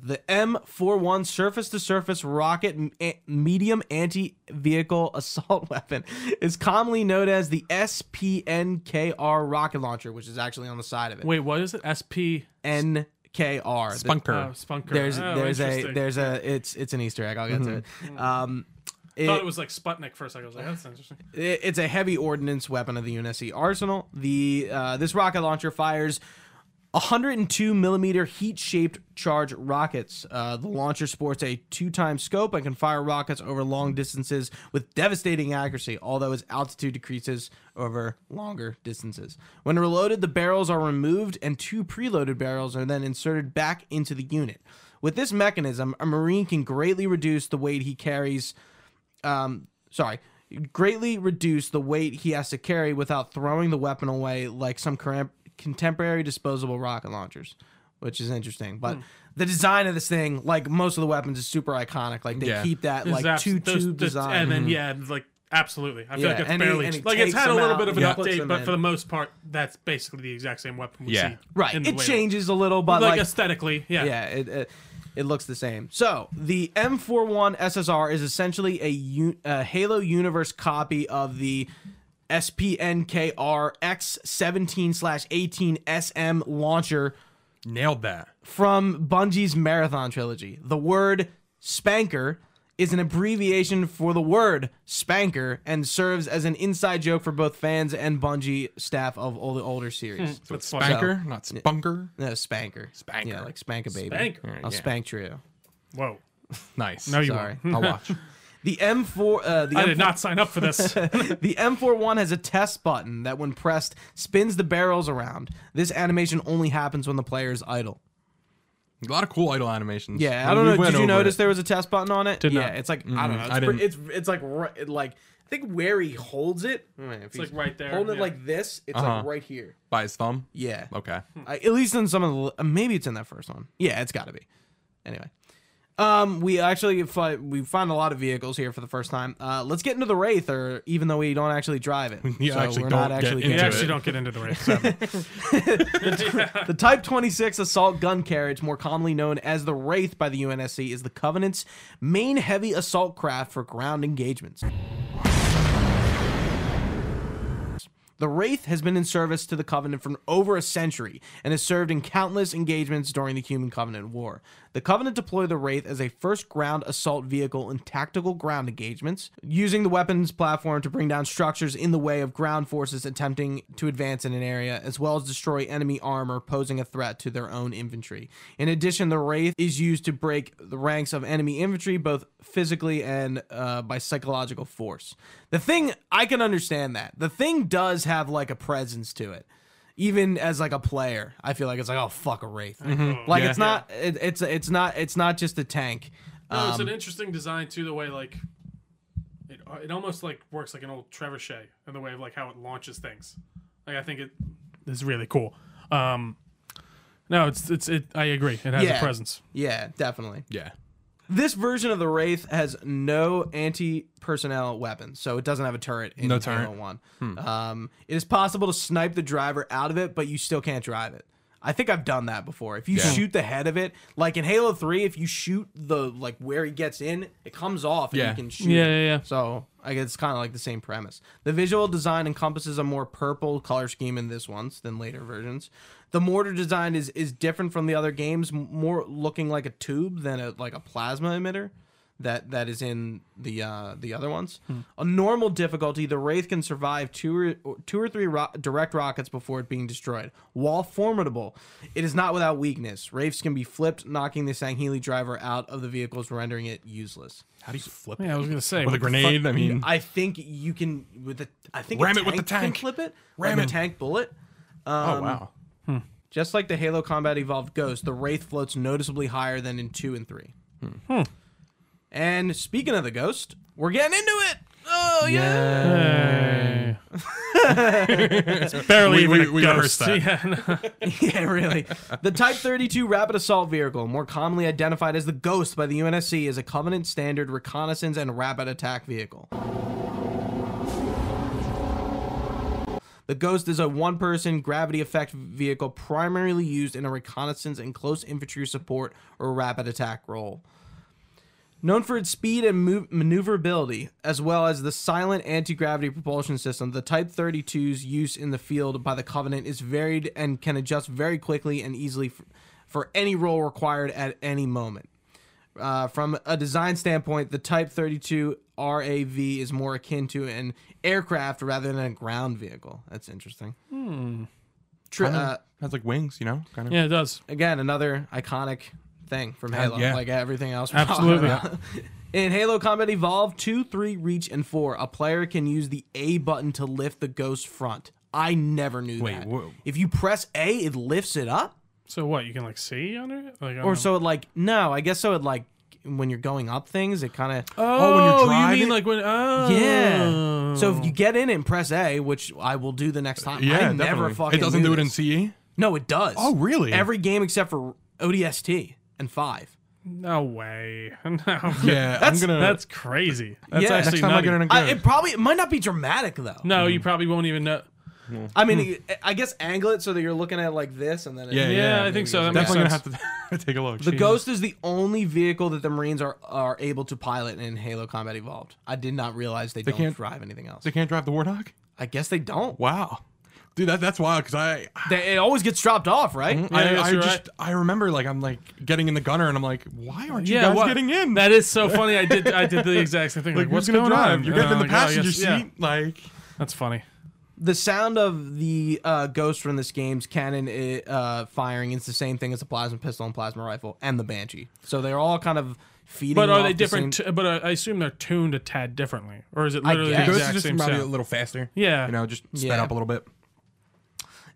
[SPEAKER 1] The M41 surface to surface rocket m- a- medium anti vehicle assault weapon is commonly known as the SPNKR rocket launcher, which is actually on the side of it.
[SPEAKER 2] Wait, what is it? SP
[SPEAKER 1] NKR. the-
[SPEAKER 2] uh,
[SPEAKER 3] Spunker.
[SPEAKER 2] Spunker.
[SPEAKER 1] there's
[SPEAKER 2] Oh,
[SPEAKER 1] there's a
[SPEAKER 2] interesting.
[SPEAKER 1] there's a it's it's an Easter egg. I'll get to it. Um,
[SPEAKER 2] I thought it
[SPEAKER 1] it-
[SPEAKER 2] was like Sputnik for a second. I was like, that's interesting.
[SPEAKER 1] it- it's a heavy ordnance weapon of the UNSC arsenal. The uh, this rocket launcher fires 102 millimeter heat shaped charge rockets. Uh, the launcher sports a two time scope and can fire rockets over long distances with devastating accuracy, although its altitude decreases over longer distances. When reloaded, the barrels are removed and two preloaded barrels are then inserted back into the unit. With this mechanism, a Marine can greatly reduce the weight he carries um, sorry, greatly reduce the weight he has to carry without throwing the weapon away like some current contemporary disposable rocket launchers, which is interesting.
[SPEAKER 2] Hmm.
[SPEAKER 1] But the design of this thing, like most of the weapons, is super iconic. Like they
[SPEAKER 3] Yeah.
[SPEAKER 1] keep that
[SPEAKER 2] Is
[SPEAKER 1] like
[SPEAKER 2] that-
[SPEAKER 1] two
[SPEAKER 2] those-
[SPEAKER 1] tube
[SPEAKER 2] that's-
[SPEAKER 1] design.
[SPEAKER 2] And then yeah, like absolutely. I feel
[SPEAKER 1] Yeah,
[SPEAKER 2] like it's
[SPEAKER 1] and he-
[SPEAKER 2] barely
[SPEAKER 1] and he
[SPEAKER 2] like it's
[SPEAKER 1] takes
[SPEAKER 2] had a
[SPEAKER 1] them
[SPEAKER 2] little
[SPEAKER 1] out
[SPEAKER 2] bit of an
[SPEAKER 1] and puts
[SPEAKER 2] update,
[SPEAKER 1] them
[SPEAKER 2] but
[SPEAKER 1] in.
[SPEAKER 2] for the most part, that's basically the exact same weapon we
[SPEAKER 3] Yeah.
[SPEAKER 2] see. in
[SPEAKER 1] right,
[SPEAKER 2] the
[SPEAKER 1] it
[SPEAKER 2] later-
[SPEAKER 1] changes a little, but
[SPEAKER 2] Like,
[SPEAKER 1] like,
[SPEAKER 2] aesthetically, yeah.
[SPEAKER 1] yeah, it, it it looks the same. So the M41 SSR is essentially a, u- a Halo Universe copy of the SPNKR X17 slash 18 SM launcher
[SPEAKER 3] Nailed that.
[SPEAKER 1] Oh, from Bungie's Marathon trilogy. The word spanker is an abbreviation for the word spanker and serves as an inside joke for both fans and Bungie staff of all the older series.
[SPEAKER 2] So it's like
[SPEAKER 3] Spanker, not spunker.
[SPEAKER 1] No, spanker.
[SPEAKER 3] Hmm. Spanker.
[SPEAKER 1] Yeah, like spank a baby.
[SPEAKER 2] Spanker.
[SPEAKER 1] I'll
[SPEAKER 3] Yeah.
[SPEAKER 1] spank trio.
[SPEAKER 2] Whoa.
[SPEAKER 3] Nice.
[SPEAKER 2] No, you
[SPEAKER 1] Sorry.
[SPEAKER 2] won't.
[SPEAKER 3] I'll watch.
[SPEAKER 1] The M4, uh, the
[SPEAKER 2] I
[SPEAKER 1] M4
[SPEAKER 2] did not sign up for this.
[SPEAKER 1] the M41 has a test button that, when pressed, spins the barrels around. This animation only happens when the player is idle.
[SPEAKER 3] A lot of cool idle animations.
[SPEAKER 1] Yeah,
[SPEAKER 3] We-
[SPEAKER 1] I don't
[SPEAKER 3] we
[SPEAKER 1] know.
[SPEAKER 3] went
[SPEAKER 1] Did you
[SPEAKER 3] over
[SPEAKER 1] notice
[SPEAKER 3] it.
[SPEAKER 1] there was a test button on it?
[SPEAKER 2] Did
[SPEAKER 1] yeah,
[SPEAKER 2] not.
[SPEAKER 1] it's like I don't know.
[SPEAKER 3] Mm,
[SPEAKER 1] It's,
[SPEAKER 3] I
[SPEAKER 1] pre-
[SPEAKER 3] didn't-
[SPEAKER 1] it's it's like ri- it like I think where he holds it. It's
[SPEAKER 2] like right there,
[SPEAKER 1] Holding it
[SPEAKER 2] yeah.
[SPEAKER 1] like this, it's
[SPEAKER 3] Uh-huh.
[SPEAKER 1] like right here.
[SPEAKER 3] by his thumb?
[SPEAKER 1] Yeah.
[SPEAKER 3] Okay.
[SPEAKER 1] I, at least in some of the uh, maybe it's in that first one. Yeah, it's got to be. Anyway, Um, we actually fi- we found a lot of vehicles here for the first time. Uh, let's get into the wraith, or even though we don't actually drive it,
[SPEAKER 3] We actually don't get
[SPEAKER 2] You
[SPEAKER 3] into
[SPEAKER 1] getting
[SPEAKER 3] it.
[SPEAKER 2] actually don't get into the race. So.
[SPEAKER 1] The Type 26 assault gun carriage, more commonly known as the Wraith by the UNSC, is the Covenant's main heavy assault craft for ground engagements. The Wraith has been in service to the Covenant for over a century and has served in countless engagements during the Human Covenant War. The Covenant deployed the Wraith as a first ground assault vehicle in tactical ground engagements, using the weapons platform to bring down structures in the way of ground forces attempting to advance in an area, as well as destroy enemy armor posing a threat to their own infantry. In addition, the Wraith is used to break the ranks of enemy infantry both physically and uh, by psychological force. The thing I can understand that the thing does have like a presence to it, even as like a player. I feel like it's like oh fuck a wraith, like it's not it, it's it's not it's not just a tank.
[SPEAKER 2] No, Oh, it's an interesting design too. The way like it, uh, it almost like works like an old trebuchet in the way of like how it launches things. Like I think it is really cool. Um, no, it's it's it. I agree. It has
[SPEAKER 1] Yeah.
[SPEAKER 2] a presence.
[SPEAKER 1] Yeah, definitely.
[SPEAKER 3] Yeah.
[SPEAKER 1] This version of the wraith has no anti-personnel weapons, so it doesn't have a turret. In
[SPEAKER 3] No
[SPEAKER 1] Halo
[SPEAKER 3] turret. Hmm.
[SPEAKER 1] One. Um, it is possible to snipe the driver out of it, but you still can't drive it. I think I've done that before. If you
[SPEAKER 3] Yeah.
[SPEAKER 1] shoot the head of it, like in Halo Three, if you shoot the like where he gets in, it comes off and
[SPEAKER 3] Yeah.
[SPEAKER 1] you can shoot.
[SPEAKER 2] Yeah,
[SPEAKER 1] it.
[SPEAKER 2] yeah, yeah.
[SPEAKER 1] So I guess it's kind of like the same premise. The visual design encompasses a more purple color scheme in this one's than later versions. The mortar design is is different from the other games, m- more looking like a tube than a like a plasma emitter. That, that is in the uh, the other ones.
[SPEAKER 2] Hmm.
[SPEAKER 1] On normal difficulty, the wraith can survive two or two or three ro- direct rockets before it being destroyed. While formidable, it is not without weakness. Wraiths can be flipped, knocking the Sangheili driver out of the vehicles, rendering it useless.
[SPEAKER 3] How do you flip
[SPEAKER 2] Yeah, I was gonna say
[SPEAKER 3] with a
[SPEAKER 2] what the fuck-
[SPEAKER 3] grenade? I mean,
[SPEAKER 1] I think you can with the. I think
[SPEAKER 3] Mm. Ram
[SPEAKER 1] a
[SPEAKER 3] it with the tank.
[SPEAKER 1] Can flip it.
[SPEAKER 3] Ram
[SPEAKER 1] like
[SPEAKER 3] it.
[SPEAKER 1] a tank bullet.
[SPEAKER 3] oh wow.
[SPEAKER 1] Just like the Halo Combat Evolved Ghost, the Wraith floats noticeably higher than in two and three.
[SPEAKER 3] Hmm.
[SPEAKER 1] And speaking of the Ghost, we're getting into it. Oh yeah.
[SPEAKER 2] it's barely
[SPEAKER 3] We-
[SPEAKER 2] even
[SPEAKER 3] we-
[SPEAKER 2] a
[SPEAKER 3] we
[SPEAKER 2] ghost.
[SPEAKER 3] rehearsed that.
[SPEAKER 2] Yeah, no.
[SPEAKER 1] Yeah, really. The Type 32 Rapid Assault Vehicle, more commonly identified as the Ghost by the UNSC, is a Covenant standard reconnaissance and rapid attack vehicle. The Ghost is a one person gravity effect vehicle primarily used in a reconnaissance and close infantry support or rapid attack role. Known for its speed and move- maneuverability, as well as the silent anti gravity propulsion system, the Type 32's use in the field by the Covenant is varied and can adjust very quickly and easily f- for any role required at any moment. Uh, from a design standpoint, the Type 32 RAV is more akin to an aircraft rather than a ground vehicle. That's interesting. Hmm. Tri- uh,
[SPEAKER 3] Has like wings, you know, kind of.
[SPEAKER 2] yeah, it does.
[SPEAKER 1] again, another iconic thing from Halo,
[SPEAKER 3] yeah.
[SPEAKER 1] like everything else. we're talking
[SPEAKER 2] Absolutely.
[SPEAKER 1] about. In Halo Combat Evolved 2, 3, Reach, and 4, a player can use the A button to lift the ghost front. I never knew
[SPEAKER 3] Wait,
[SPEAKER 1] that.
[SPEAKER 3] whoa.
[SPEAKER 1] If you press A, it lifts it up?
[SPEAKER 2] So what? You can like see under it, like I don't
[SPEAKER 1] Or
[SPEAKER 2] know.
[SPEAKER 1] so it like, no, I guess so it like, when you're going up things, it kind of.
[SPEAKER 2] Oh,
[SPEAKER 3] when you're
[SPEAKER 2] you
[SPEAKER 3] driving?
[SPEAKER 2] mean like when? Oh,
[SPEAKER 1] Yeah. So if you get in and press A, which I will do the next time,
[SPEAKER 3] Yeah,
[SPEAKER 1] I
[SPEAKER 3] definitely.
[SPEAKER 1] never fucking
[SPEAKER 3] It doesn't
[SPEAKER 1] knew
[SPEAKER 3] do it in
[SPEAKER 1] this.
[SPEAKER 3] CE.
[SPEAKER 1] No, it does.
[SPEAKER 3] Oh, really?
[SPEAKER 1] Every game except for ODST and 5.
[SPEAKER 2] no way, no,
[SPEAKER 3] Yeah,
[SPEAKER 1] That's-
[SPEAKER 3] I'm gonna.
[SPEAKER 2] that's crazy. That's
[SPEAKER 1] Yeah.
[SPEAKER 2] actually
[SPEAKER 3] next time I
[SPEAKER 2] nutty.
[SPEAKER 3] get in a
[SPEAKER 1] I,
[SPEAKER 3] good-
[SPEAKER 1] it probably it might not be dramatic though.
[SPEAKER 2] No, you probably won't even know.
[SPEAKER 1] I mean, I guess angle it so that you're looking at it like this, and then it,
[SPEAKER 3] Yeah, yeah.
[SPEAKER 2] Yeah, I
[SPEAKER 1] maybe
[SPEAKER 2] think so.
[SPEAKER 1] goes
[SPEAKER 2] That
[SPEAKER 1] back.
[SPEAKER 2] makes
[SPEAKER 3] Definitely
[SPEAKER 2] sense.
[SPEAKER 3] gonna have to take a look.
[SPEAKER 1] The Ghost is the only vehicle that the Marines are are able to pilot in Halo Combat Evolved. I did not realize they, don't
[SPEAKER 3] can't-
[SPEAKER 1] drive anything else.
[SPEAKER 3] They can't drive the Warthog.
[SPEAKER 1] I guess they don't.
[SPEAKER 3] Wow, dude, that, that's wild. Cause I,
[SPEAKER 1] They, it always gets dropped off, right?
[SPEAKER 2] I
[SPEAKER 3] I,
[SPEAKER 2] guess
[SPEAKER 3] I
[SPEAKER 2] you're
[SPEAKER 3] just,
[SPEAKER 2] right.
[SPEAKER 3] I remember like I'm like getting in the gunner, and I'm like, why aren't you
[SPEAKER 2] yeah,
[SPEAKER 3] guys
[SPEAKER 2] what-
[SPEAKER 3] getting in?
[SPEAKER 2] That is so funny. I did. I did the exact same thing. Like,
[SPEAKER 3] like,
[SPEAKER 2] what's
[SPEAKER 3] who's gonna
[SPEAKER 2] going
[SPEAKER 3] drive?
[SPEAKER 2] on?
[SPEAKER 3] You're getting in the
[SPEAKER 2] Uh, I
[SPEAKER 3] passenger
[SPEAKER 2] guess-
[SPEAKER 3] seat.
[SPEAKER 2] yeah.
[SPEAKER 3] Like,
[SPEAKER 2] That's funny.
[SPEAKER 1] The sound of the uh, Ghost from this game's cannon i- uh, firing is the same thing as the plasma pistol and plasma rifle and the Banshee. So they're all kind of feeding.
[SPEAKER 2] But
[SPEAKER 1] off
[SPEAKER 2] are they
[SPEAKER 1] the
[SPEAKER 2] different?
[SPEAKER 1] same-
[SPEAKER 2] t- but I I assume they're tuned a tad differently, or is it
[SPEAKER 1] I
[SPEAKER 2] literally
[SPEAKER 1] guess.
[SPEAKER 2] the
[SPEAKER 1] The
[SPEAKER 3] Ghost
[SPEAKER 2] exact
[SPEAKER 3] is just
[SPEAKER 2] same
[SPEAKER 3] probably a
[SPEAKER 2] sound?
[SPEAKER 3] little faster.
[SPEAKER 2] Yeah.
[SPEAKER 3] you know, just sped
[SPEAKER 1] Yeah.
[SPEAKER 3] up a little bit.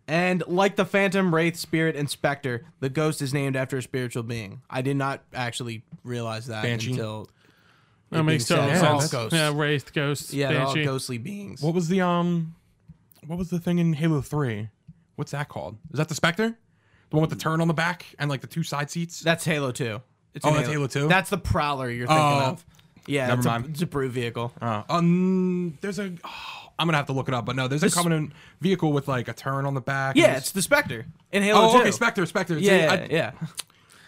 [SPEAKER 1] And like the Phantom, Wraith, Spirit, and Spectre, the Ghost is named after a spiritual being. I did not actually realize that
[SPEAKER 3] Banshee?
[SPEAKER 1] until
[SPEAKER 2] That makes
[SPEAKER 1] being
[SPEAKER 2] total
[SPEAKER 1] said, they're all
[SPEAKER 2] sense.
[SPEAKER 1] ghosts.
[SPEAKER 2] Yeah, wraith, ghosts,
[SPEAKER 1] yeah, they're all
[SPEAKER 2] banshee.
[SPEAKER 1] ghostly beings.
[SPEAKER 3] What was the um, what was the thing in Halo Three? What's Mm. that called? Is that the Spectre? The one with the turn on the back and like the two side seats?
[SPEAKER 1] That's Halo 2. It's
[SPEAKER 3] Oh,
[SPEAKER 1] an
[SPEAKER 3] that's Halo 2?
[SPEAKER 1] That's the Prowler you're thinking
[SPEAKER 3] Oh.
[SPEAKER 1] of. Yeah,
[SPEAKER 3] Never
[SPEAKER 1] it's, A,
[SPEAKER 3] mind.
[SPEAKER 1] it's a brew vehicle.
[SPEAKER 3] Uh, um, there's a. Oh, I'm gonna have to look it up, but no, there's a
[SPEAKER 1] This-
[SPEAKER 3] common vehicle with like a turn on the back. and
[SPEAKER 1] Yeah,
[SPEAKER 3] there's-
[SPEAKER 1] it's the Spectre in Halo
[SPEAKER 3] oh,
[SPEAKER 1] 2.
[SPEAKER 3] okay, Spectre, Spectre. It's-
[SPEAKER 1] Yeah,
[SPEAKER 3] I-
[SPEAKER 1] yeah.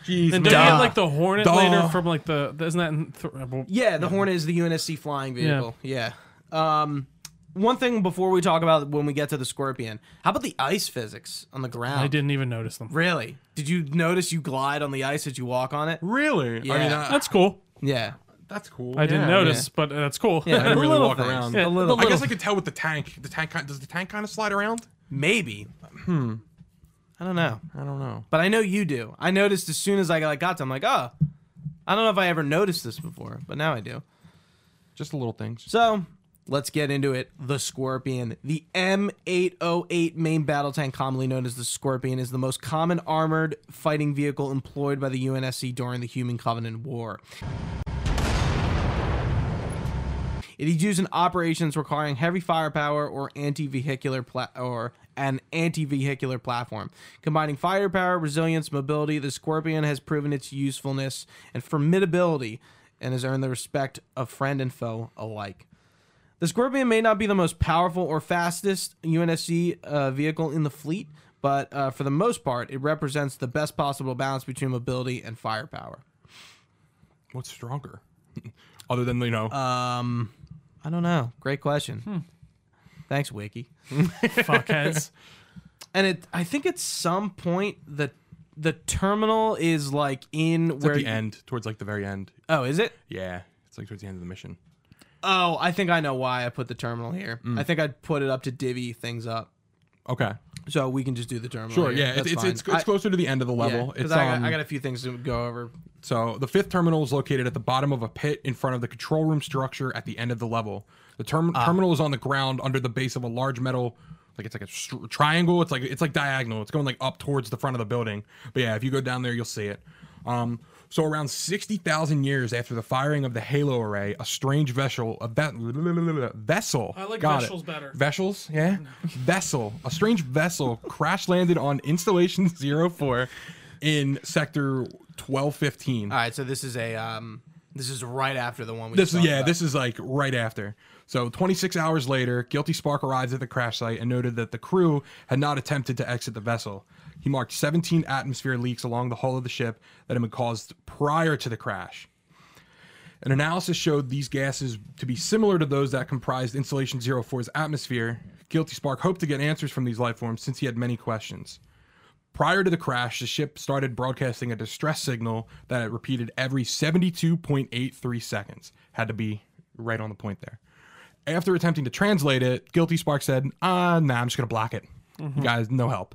[SPEAKER 3] Jeez,
[SPEAKER 2] And don't
[SPEAKER 3] man.
[SPEAKER 2] you
[SPEAKER 1] Duh.
[SPEAKER 2] get like the Hornet
[SPEAKER 3] Duh.
[SPEAKER 2] later from like the isn't that in th- uh, well,
[SPEAKER 1] Yeah, the Hornet is the UNSC flying vehicle. Yeah. Um, one thing before we talk about when we get to the Scorpion, how about the ice physics on the ground?
[SPEAKER 2] I didn't even notice them.
[SPEAKER 1] Really? Did you notice you glide on the ice as you walk on it?
[SPEAKER 3] really?
[SPEAKER 1] Yeah.
[SPEAKER 3] I mean, uh,
[SPEAKER 2] That's cool.
[SPEAKER 1] Yeah.
[SPEAKER 3] that's cool.
[SPEAKER 2] I didn't
[SPEAKER 3] Yeah.
[SPEAKER 2] notice, but uh, that's cool.
[SPEAKER 1] Yeah,
[SPEAKER 3] I didn't
[SPEAKER 1] The
[SPEAKER 3] really
[SPEAKER 1] little
[SPEAKER 3] walk
[SPEAKER 1] things.
[SPEAKER 3] around.
[SPEAKER 1] Yeah,
[SPEAKER 2] the
[SPEAKER 1] little-
[SPEAKER 3] I guess I could tell with the tank. The tank kind does the tank kind of slide around?
[SPEAKER 1] Maybe. Hmm. I don't know.
[SPEAKER 3] I don't know.
[SPEAKER 1] But I know you do. I noticed as soon as I like got to, I'm like, oh, I don't know if I ever noticed this before, but now I do.
[SPEAKER 3] Just the little things.
[SPEAKER 1] So let's get into it. The Scorpion. The M808 main battle tank, commonly known as the Scorpion, is the most common armored fighting vehicle employed by the UNSC during the Human Covenant War. It is used in operations requiring heavy firepower or anti-vehicular pla- or an anti-vehicular platform. Combining firepower, resilience, mobility, the Scorpion has proven its usefulness and formidability and has earned the respect of friend and foe alike. The Scorpion may not be the most powerful or fastest UNSC uh, vehicle in the fleet, but uh, for the most part, it represents the best possible balance between mobility and firepower.
[SPEAKER 3] What's stronger? Other than you know,
[SPEAKER 1] Um, I don't know. Great question. Thanks, Wiki.
[SPEAKER 2] Fuckheads.
[SPEAKER 1] and it I think at some point the the terminal is like in
[SPEAKER 3] it's
[SPEAKER 1] where
[SPEAKER 3] at the
[SPEAKER 1] you-
[SPEAKER 3] end, towards like the very end.
[SPEAKER 1] Oh, is it?
[SPEAKER 3] Yeah, it's like towards the end of the mission.
[SPEAKER 1] Oh, I think I know why I put the terminal here.
[SPEAKER 3] Mm.
[SPEAKER 1] I think I'd put it up to divvy things up.
[SPEAKER 3] Okay,
[SPEAKER 1] So we can just do the terminal.
[SPEAKER 3] sure.
[SPEAKER 1] here.
[SPEAKER 3] Yeah,
[SPEAKER 1] Oh, That's
[SPEAKER 3] it's it's,
[SPEAKER 1] fine.
[SPEAKER 3] it's, it's
[SPEAKER 1] I-
[SPEAKER 3] closer to the end of the
[SPEAKER 1] yeah,
[SPEAKER 3] level.
[SPEAKER 1] 'cause
[SPEAKER 3] it's
[SPEAKER 1] I,
[SPEAKER 3] um,
[SPEAKER 1] got, I got a few things to go over.
[SPEAKER 3] So the fifth terminal is located at the bottom of a pit in front of the control room structure at the end of the level. The term- terminal is on the ground under the base of a large metal, like it's like a str- triangle. It's like it's like diagonal. It's going like up towards the front of the building. But yeah, if you go down there, you'll see it. Um, so around sixty thousand years after the firing of the Halo array, a strange vessel, a ve- vessel.
[SPEAKER 2] I like
[SPEAKER 3] got it.
[SPEAKER 2] vessels better.
[SPEAKER 3] Vessels, yeah. Vessel, a strange vessel crash landed on installation 04 in sector 1215.
[SPEAKER 1] All right, so this is a um this is right after the one we
[SPEAKER 3] This
[SPEAKER 1] just
[SPEAKER 3] is
[SPEAKER 1] talked
[SPEAKER 3] yeah,
[SPEAKER 1] about.
[SPEAKER 3] this is like right after. So 26 hours later, Guilty Spark arrives at the crash site and noted that the crew had not attempted to exit the vessel. He marked 17 atmosphere leaks along the hull of the ship that had been caused prior to the crash. An analysis showed these gases to be similar to those that comprised Insulation 04's atmosphere. Guilty Spark hoped to get answers from these life forms since he had many questions. Prior to the crash, the ship started broadcasting a distress signal that it repeated every 72.83 seconds. Had to be right on the point there. After attempting to translate it, Guilty Spark said, "Ah, nah, I'm just gonna block it. You guys, no help."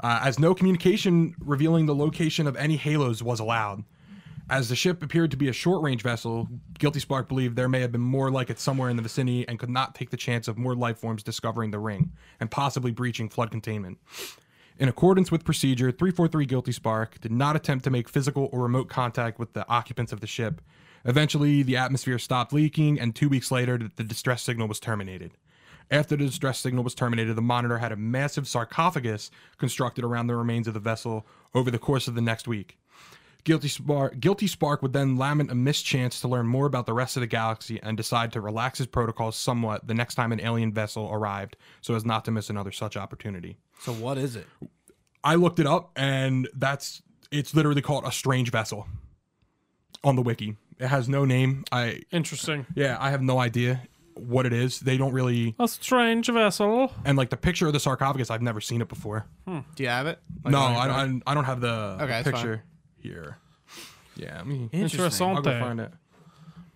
[SPEAKER 3] Uh, as no communication revealing the location of any halos was allowed. As the ship appeared to be a short range vessel, Guilty Spark believed there may have been more like it somewhere in the vicinity and could not take the chance of more life forms discovering the ring and possibly breaching flood containment. In accordance with procedure, 343 Guilty Spark did not attempt to make physical or remote contact with the occupants of the ship. Eventually, the atmosphere stopped leaking, and two weeks later, the distress signal was terminated. After the distress signal was terminated, the monitor had a massive sarcophagus constructed around the remains of the vessel over the course of the next week. Guilty Spark, Guilty Spark would then lament a mischance to learn more about the rest of the galaxy and decide to relax his protocols somewhat the next time an alien vessel arrived so as not to miss another such opportunity.
[SPEAKER 1] So what is it?
[SPEAKER 3] I looked it up, and that's it's literally called a strange vessel on the wiki. It has no name. I
[SPEAKER 2] Interesting.
[SPEAKER 3] yeah, I have no idea what it is. They don't really
[SPEAKER 2] A strange vessel.
[SPEAKER 3] and like the picture of the sarcophagus. I've never seen it before.
[SPEAKER 1] Do you have it? Like,
[SPEAKER 3] no,
[SPEAKER 1] on your
[SPEAKER 3] I
[SPEAKER 1] phone?
[SPEAKER 3] don't. I don't have the
[SPEAKER 1] Okay, it's fine.
[SPEAKER 3] picture here. Yeah, I mean,
[SPEAKER 1] Interesting.
[SPEAKER 3] I'll go find
[SPEAKER 2] Interessante.
[SPEAKER 3] it.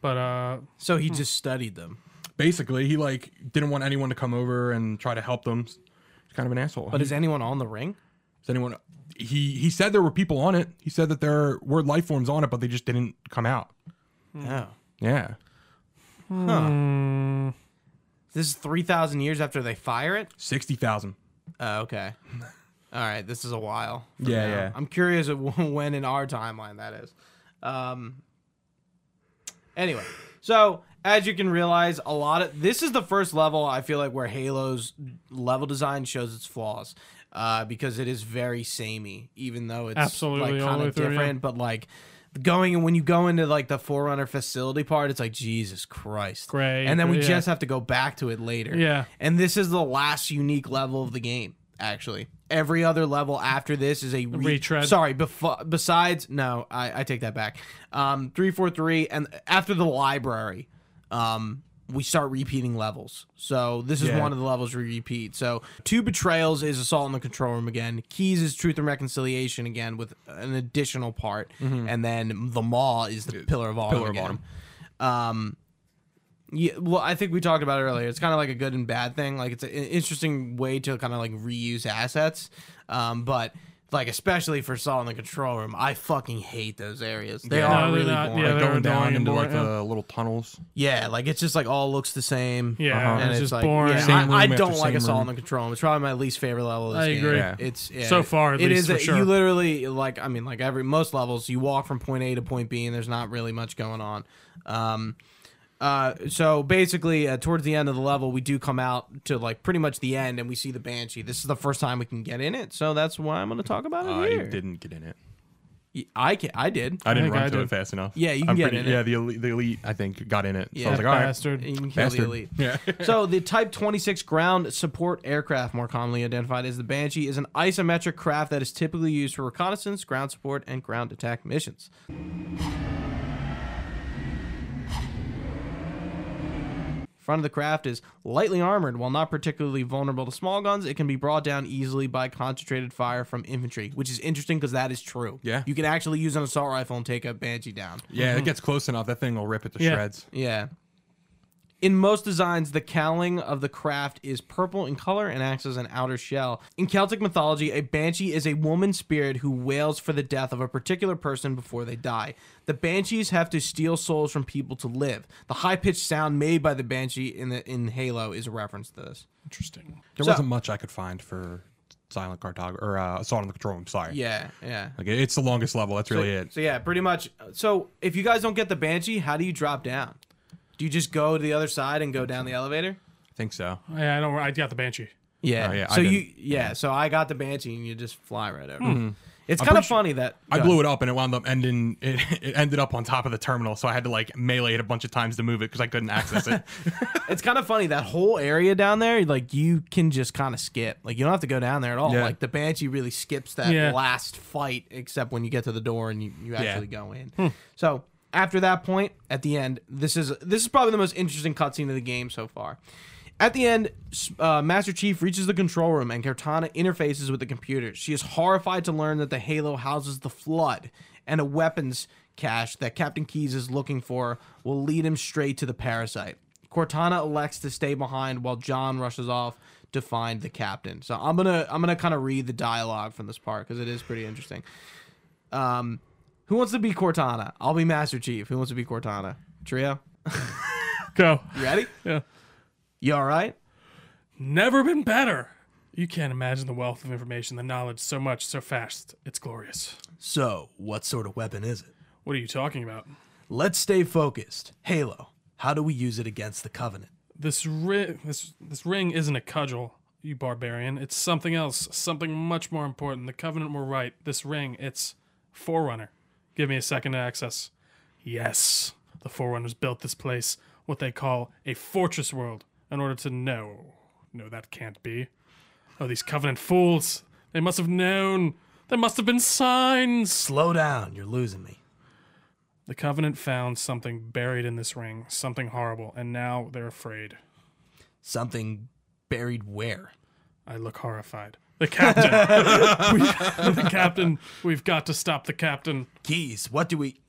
[SPEAKER 2] But uh,
[SPEAKER 1] So
[SPEAKER 3] Hmm.
[SPEAKER 1] he just studied them.
[SPEAKER 3] Basically, he like didn't want anyone to come over and try to help them. He's kind of an asshole.
[SPEAKER 1] But is anyone on the ring?
[SPEAKER 3] Is anyone? He he said there were people on it. He said that there were life forms on it, but they just didn't come out.
[SPEAKER 1] No.
[SPEAKER 3] Yeah.
[SPEAKER 1] This is 3,000 years after they fire it?
[SPEAKER 3] Sixty thousand.
[SPEAKER 1] Oh, okay. All right, this is a while. from
[SPEAKER 3] Yeah,
[SPEAKER 1] now.
[SPEAKER 3] yeah.
[SPEAKER 1] I'm curious of when in our timeline that is. Um. Anyway, so as you can realize, a lot of this is the first level I feel like where Halo's level design shows its flaws, uh, because it is very samey, even though it's
[SPEAKER 2] Absolutely,
[SPEAKER 1] like
[SPEAKER 2] all
[SPEAKER 1] kind
[SPEAKER 2] the way
[SPEAKER 1] of
[SPEAKER 2] through, yeah.
[SPEAKER 1] different. But like going and when you go into like the Forerunner facility part, it's like Jesus Christ.
[SPEAKER 2] Great,
[SPEAKER 1] And then we
[SPEAKER 2] yeah.
[SPEAKER 1] just have to go back to it later.
[SPEAKER 2] Yeah.
[SPEAKER 1] And this is the last unique level of the game, actually. Every other level after this is a re-
[SPEAKER 2] retread.
[SPEAKER 1] Sorry, befo- besides no, I, I take that back. Um, three four three, and after the library, um, we start repeating levels. So this is
[SPEAKER 3] Yeah.
[SPEAKER 1] one of the levels we repeat. So two betrayals is assault in the control room again. Keys is truth and reconciliation again with an additional part,
[SPEAKER 2] Mm-hmm.
[SPEAKER 1] and then the maw is the pillar of autumn.
[SPEAKER 3] Pillar of
[SPEAKER 1] again.
[SPEAKER 3] Autumn.
[SPEAKER 1] Yeah, well, I think we talked about it earlier. It's kind of like a good and bad thing. Like it's an interesting way to kind of like reuse assets, um, but like especially for Saw in the control room, I fucking hate those areas. They
[SPEAKER 3] Yeah.
[SPEAKER 1] are
[SPEAKER 2] No, they're
[SPEAKER 1] really
[SPEAKER 2] not.
[SPEAKER 1] boring.
[SPEAKER 2] Yeah,
[SPEAKER 1] Yeah.
[SPEAKER 3] Like
[SPEAKER 2] they were
[SPEAKER 3] going down
[SPEAKER 2] annoying
[SPEAKER 3] into
[SPEAKER 2] and
[SPEAKER 3] like
[SPEAKER 2] boring,
[SPEAKER 3] the little tunnels.
[SPEAKER 1] like it's just like all looks the same.
[SPEAKER 2] Yeah,
[SPEAKER 3] Uh-huh.
[SPEAKER 1] and it's,
[SPEAKER 2] it's, just
[SPEAKER 1] like,
[SPEAKER 2] boring.
[SPEAKER 1] Yeah,
[SPEAKER 3] Same room
[SPEAKER 1] I, I
[SPEAKER 3] after
[SPEAKER 1] don't like
[SPEAKER 3] same
[SPEAKER 1] Assault in
[SPEAKER 3] room.
[SPEAKER 1] the Control Room. It's probably my least favorite level of this
[SPEAKER 2] I
[SPEAKER 1] game.
[SPEAKER 2] agree.
[SPEAKER 3] Yeah.
[SPEAKER 1] It's yeah,
[SPEAKER 2] So far, at
[SPEAKER 1] it
[SPEAKER 2] least,
[SPEAKER 1] is
[SPEAKER 2] for
[SPEAKER 1] a-
[SPEAKER 2] sure.
[SPEAKER 1] You literally like I mean like every most levels you walk from point A to point B and there's not really much going on. Um, uh, so basically, uh, towards the end of the level, we do come out to like pretty much the end, and we see the banshee. This is the first time we can get in it, so that's why I'm going to talk about it
[SPEAKER 3] I
[SPEAKER 1] here.
[SPEAKER 3] didn't get in it.
[SPEAKER 1] Y- I ca- Oh, I did.
[SPEAKER 3] I didn't
[SPEAKER 2] think
[SPEAKER 3] run
[SPEAKER 2] I
[SPEAKER 3] to
[SPEAKER 2] did.
[SPEAKER 3] it fast enough.
[SPEAKER 1] Yeah, you can
[SPEAKER 3] I'm
[SPEAKER 1] get
[SPEAKER 3] pretty,
[SPEAKER 1] in it.
[SPEAKER 3] Yeah, the elite, the elite, I think got in it.
[SPEAKER 1] Yeah.
[SPEAKER 3] So I was like, all right.
[SPEAKER 2] bastard.
[SPEAKER 1] And you can kill
[SPEAKER 3] Bastard.
[SPEAKER 1] the elite.
[SPEAKER 3] Yeah.
[SPEAKER 1] so the Type 26 ground support aircraft, more commonly identified as the Banshee, is an isometric craft that is typically used for reconnaissance, ground support, and ground attack missions. Front of the craft is lightly armored, while not particularly vulnerable to small guns. It can be brought down easily by concentrated fire from infantry, which is interesting because that is true.
[SPEAKER 3] Yeah.
[SPEAKER 1] you can actually use an assault rifle and take a Banshee down.
[SPEAKER 3] Yeah, it gets close enough. That thing will rip it to
[SPEAKER 2] Yeah.
[SPEAKER 3] shreds.
[SPEAKER 1] Yeah. In most designs, the cowling of the craft is purple in color and acts as an outer shell. In Celtic mythology, a banshee is a woman spirit who wails for the death of a particular person before they die. The banshees have to steal souls from people to live. The high-pitched sound made by the banshee in the in Halo is a reference to this.
[SPEAKER 2] Interesting.
[SPEAKER 3] There
[SPEAKER 1] So-
[SPEAKER 3] wasn't much I could find for silent cartography or uh, assault on the control room. Sorry.
[SPEAKER 1] Yeah, yeah.
[SPEAKER 3] Like it- it's the longest level. That's really it.
[SPEAKER 1] So yeah, pretty much. So if you guys don't get the banshee, how do you drop down? Do you just go to the other side and go down the elevator?
[SPEAKER 3] I think so.
[SPEAKER 2] Yeah, I don't. I got the banshee.
[SPEAKER 1] Yeah.
[SPEAKER 3] Oh, yeah, I
[SPEAKER 1] so you
[SPEAKER 3] didn't.
[SPEAKER 1] yeah, so I got the banshee and you just fly right over. It's kind of
[SPEAKER 3] pretty sure-
[SPEAKER 1] funny that
[SPEAKER 3] I blew it up and it wound up ending. It, it ended up on top of the terminal, so I had to like melee it a bunch of times to move it because I couldn't access it.
[SPEAKER 1] It's kind of funny that whole area down there like you can just kind of skip. Like you don't have to go down there at all.
[SPEAKER 3] Yeah.
[SPEAKER 1] Like the banshee really skips that
[SPEAKER 2] Yeah.
[SPEAKER 1] last fight except when you get to the door and you, you actually go in. So after that point, at the end, this is this is probably the most interesting cutscene of the game so far. At the end, s- uh, Master Chief reaches the control room and Cortana interfaces with the computer. She is horrified to learn that the Halo houses the Flood and a weapons cache that Captain Keys is looking for will lead him straight to the parasite. Cortana elects to stay behind while John rushes off to find the captain. So I'm gonna I'm gonna kind of read the dialogue from this part because it is pretty interesting. Um, who wants to be Cortana? I'll be Master Chief. Who wants to be Cortana? Trio,
[SPEAKER 2] Go.
[SPEAKER 1] you ready?
[SPEAKER 2] Yeah.
[SPEAKER 1] You all right?
[SPEAKER 2] Never been better. You can't imagine the wealth of information, the knowledge, so much, so fast. It's glorious.
[SPEAKER 1] So, what sort of weapon is it?
[SPEAKER 2] What are you talking about?
[SPEAKER 1] Let's stay focused. Halo, how do we use it against the Covenant?
[SPEAKER 2] This ring, this this ring isn't a cudgel, you barbarian. It's something else, something much more important. The Covenant were right. This ring, it's Forerunner. Give me a second to access. Yes, the Forerunners built this place, what they call a fortress world, in order to know. No, that can't be. Oh, these Covenant fools! They must have known. There must have been signs.
[SPEAKER 1] Slow down, you're losing me.
[SPEAKER 2] The Covenant found something buried in this ring, something horrible, and now they're afraid.
[SPEAKER 1] Something buried where?
[SPEAKER 2] I look horrified. The captain. we, the captain. We've got to stop the captain.
[SPEAKER 1] Keys, what do we.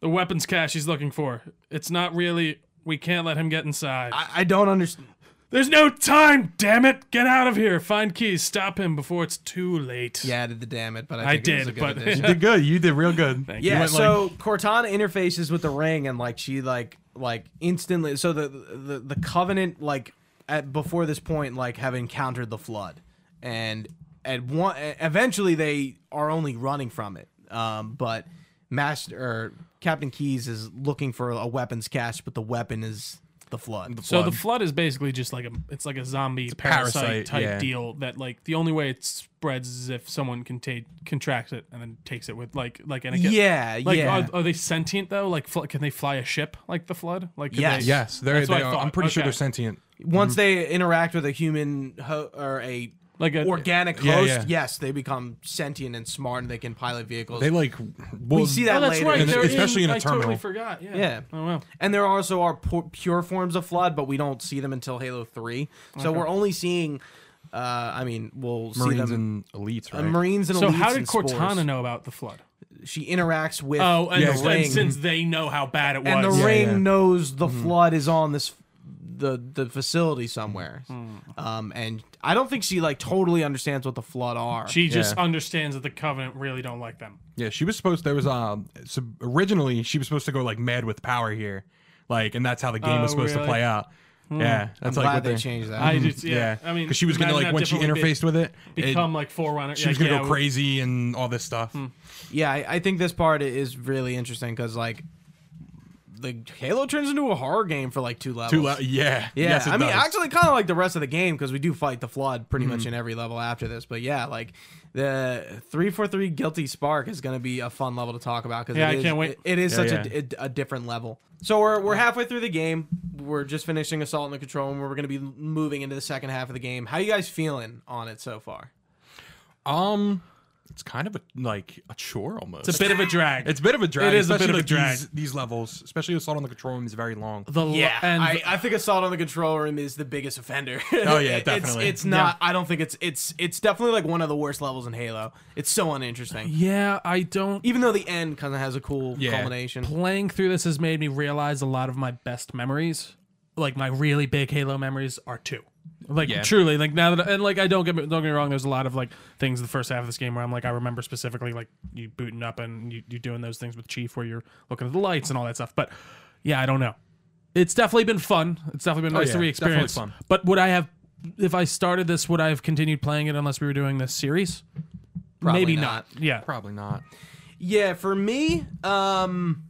[SPEAKER 2] The weapons cache he's looking for. It's not really. We can't let him get inside.
[SPEAKER 1] I, I don't understand.
[SPEAKER 2] There's no time, damn it! Get out of here. Find keys. Stop him before it's too late.
[SPEAKER 1] Yeah, I did the damn it, but I,
[SPEAKER 2] I
[SPEAKER 1] think it was
[SPEAKER 2] did,
[SPEAKER 1] a good
[SPEAKER 2] but-
[SPEAKER 1] addition.
[SPEAKER 3] You did good. You did real good. Thank
[SPEAKER 1] Yeah, so Cortana interfaces with the ring and like she like like instantly so the the, the covenant like at before this point like have encountered the flood and at one e, eventually they are only running from it. Um but master or Captain Keys is looking for a weapons cache but the weapon is the flood.
[SPEAKER 2] So the flood is basically just like a it's like a zombie parasite,
[SPEAKER 3] parasite,
[SPEAKER 2] type
[SPEAKER 3] yeah.
[SPEAKER 2] deal that like the only way it spreads is if someone can take contracts it and then takes it with like like and it gets-
[SPEAKER 1] yeah,
[SPEAKER 2] like uh,
[SPEAKER 1] yeah.
[SPEAKER 2] are, are they sentient though like fl- can they fly a ship like the flood like can
[SPEAKER 1] Yes.
[SPEAKER 2] they-
[SPEAKER 3] Yes, they're,
[SPEAKER 2] That's
[SPEAKER 3] they
[SPEAKER 2] what I
[SPEAKER 3] are.
[SPEAKER 2] thought.
[SPEAKER 3] I'm pretty sure
[SPEAKER 2] Okay.
[SPEAKER 3] they're sentient.
[SPEAKER 1] Once they interact with a human ho- or a
[SPEAKER 2] like uh, a, Oh,
[SPEAKER 1] organic
[SPEAKER 3] Yeah,
[SPEAKER 1] host,
[SPEAKER 3] yeah.
[SPEAKER 1] yes, they become sentient and smart, and they can pilot vehicles.
[SPEAKER 3] They like well,
[SPEAKER 1] we see
[SPEAKER 2] oh
[SPEAKER 1] that
[SPEAKER 2] that's
[SPEAKER 1] later,
[SPEAKER 2] right
[SPEAKER 3] And
[SPEAKER 2] they're
[SPEAKER 3] especially in a
[SPEAKER 2] I
[SPEAKER 3] terminal.
[SPEAKER 2] totally forgot yeah
[SPEAKER 1] Yeah.
[SPEAKER 2] oh wow
[SPEAKER 1] and there also are pu- pure forms of flood, but we don't see them until Halo Three. So we're only seeing. Uh, I mean, we'll see
[SPEAKER 3] Marines
[SPEAKER 1] them.
[SPEAKER 3] and elites,
[SPEAKER 1] uh,
[SPEAKER 3] right?
[SPEAKER 1] Marines and
[SPEAKER 2] so
[SPEAKER 1] elites
[SPEAKER 2] how did
[SPEAKER 1] and spores.
[SPEAKER 2] Cortana know about the flood
[SPEAKER 1] She interacts with
[SPEAKER 2] oh and,
[SPEAKER 3] Yeah,
[SPEAKER 2] the-
[SPEAKER 3] exactly.
[SPEAKER 2] and since they know how bad it was
[SPEAKER 1] and the
[SPEAKER 3] Yeah,
[SPEAKER 1] ring
[SPEAKER 3] yeah.
[SPEAKER 1] knows the
[SPEAKER 2] Mm-hmm.
[SPEAKER 1] flood is on this the the facility somewhere
[SPEAKER 2] Mm.
[SPEAKER 1] um and i don't think she like totally understands what the flood are
[SPEAKER 2] she just
[SPEAKER 3] Yeah.
[SPEAKER 2] understands that the covenant really don't like them
[SPEAKER 3] Yeah, she was supposed. There was um. So originally, she was supposed to go like mad with power here, like, and that's how the game was
[SPEAKER 2] Oh,
[SPEAKER 3] supposed
[SPEAKER 2] really? Hmm.
[SPEAKER 3] to play out. Yeah,
[SPEAKER 1] i'm
[SPEAKER 3] that's like
[SPEAKER 1] glad
[SPEAKER 3] what
[SPEAKER 1] they
[SPEAKER 3] they-
[SPEAKER 1] changed that
[SPEAKER 2] I just yeah, I mean
[SPEAKER 3] because she was gonna
[SPEAKER 2] imagine
[SPEAKER 3] like
[SPEAKER 2] how
[SPEAKER 3] when she
[SPEAKER 2] different we'd be-
[SPEAKER 3] interfaced with it, it-
[SPEAKER 2] become like Hmm. forerunner
[SPEAKER 3] she was gonna go crazy and all this stuff.
[SPEAKER 1] yeah I, I think this part is really interesting because like the halo turns into a horror game for like two levels
[SPEAKER 3] Too loud. Yeah.
[SPEAKER 1] yeah,
[SPEAKER 3] Yes, it
[SPEAKER 1] I mean,
[SPEAKER 3] does. Mm-hmm.
[SPEAKER 1] actually, kind of like the rest of the game because we do fight the flood pretty much in every level after this. But yeah, like the three four three guilty spark is going to be a fun level to talk about because
[SPEAKER 2] Yeah, I can't wait.
[SPEAKER 1] it is
[SPEAKER 3] Yeah,
[SPEAKER 1] such A, a- a different level. So we're we're halfway through the game. We're just finishing assault in the control room. We're going to be moving into the second half of the game. How you guys feeling on it so far?
[SPEAKER 3] um, it's kind of a like a chore almost.
[SPEAKER 2] It's a bit of a drag.
[SPEAKER 3] It's a bit of a drag.
[SPEAKER 2] It is a
[SPEAKER 3] especially
[SPEAKER 2] bit of a
[SPEAKER 3] like
[SPEAKER 2] drag.
[SPEAKER 3] These, these levels, especially assault on the control room, is very long.
[SPEAKER 2] the lo- and
[SPEAKER 1] I, I think assault on the control room is the biggest offender.
[SPEAKER 3] Oh, yeah,
[SPEAKER 1] It's-
[SPEAKER 3] definitely.
[SPEAKER 1] It's, not. I don't think it's it's it's definitely like one of the worst levels in Halo. It's so uninteresting.
[SPEAKER 2] yeah, I don't.
[SPEAKER 1] Even though the end kind of has a cool
[SPEAKER 3] Yeah.
[SPEAKER 1] culmination.
[SPEAKER 2] Playing through this has made me realize a lot of my best memories, like my really big Halo memories, are two. Like
[SPEAKER 3] Yeah.
[SPEAKER 2] truly, like now that and like I don't get me, don't get me wrong. There's a lot of like things the first half of this game where I'm like I remember specifically like you booting up and you you doing those things with Chief where you're looking at the lights and all that stuff. But yeah, I don't know. It's definitely been fun. It's definitely been nice
[SPEAKER 3] Oh, yeah,
[SPEAKER 2] to
[SPEAKER 3] definitely
[SPEAKER 2] re-experience.
[SPEAKER 3] fun.
[SPEAKER 2] But would I have if I started this? Would I have continued playing it unless we were doing this series?
[SPEAKER 1] Probably
[SPEAKER 2] Maybe
[SPEAKER 1] not.
[SPEAKER 2] not. Yeah.
[SPEAKER 3] Probably not.
[SPEAKER 1] Yeah, for me, um,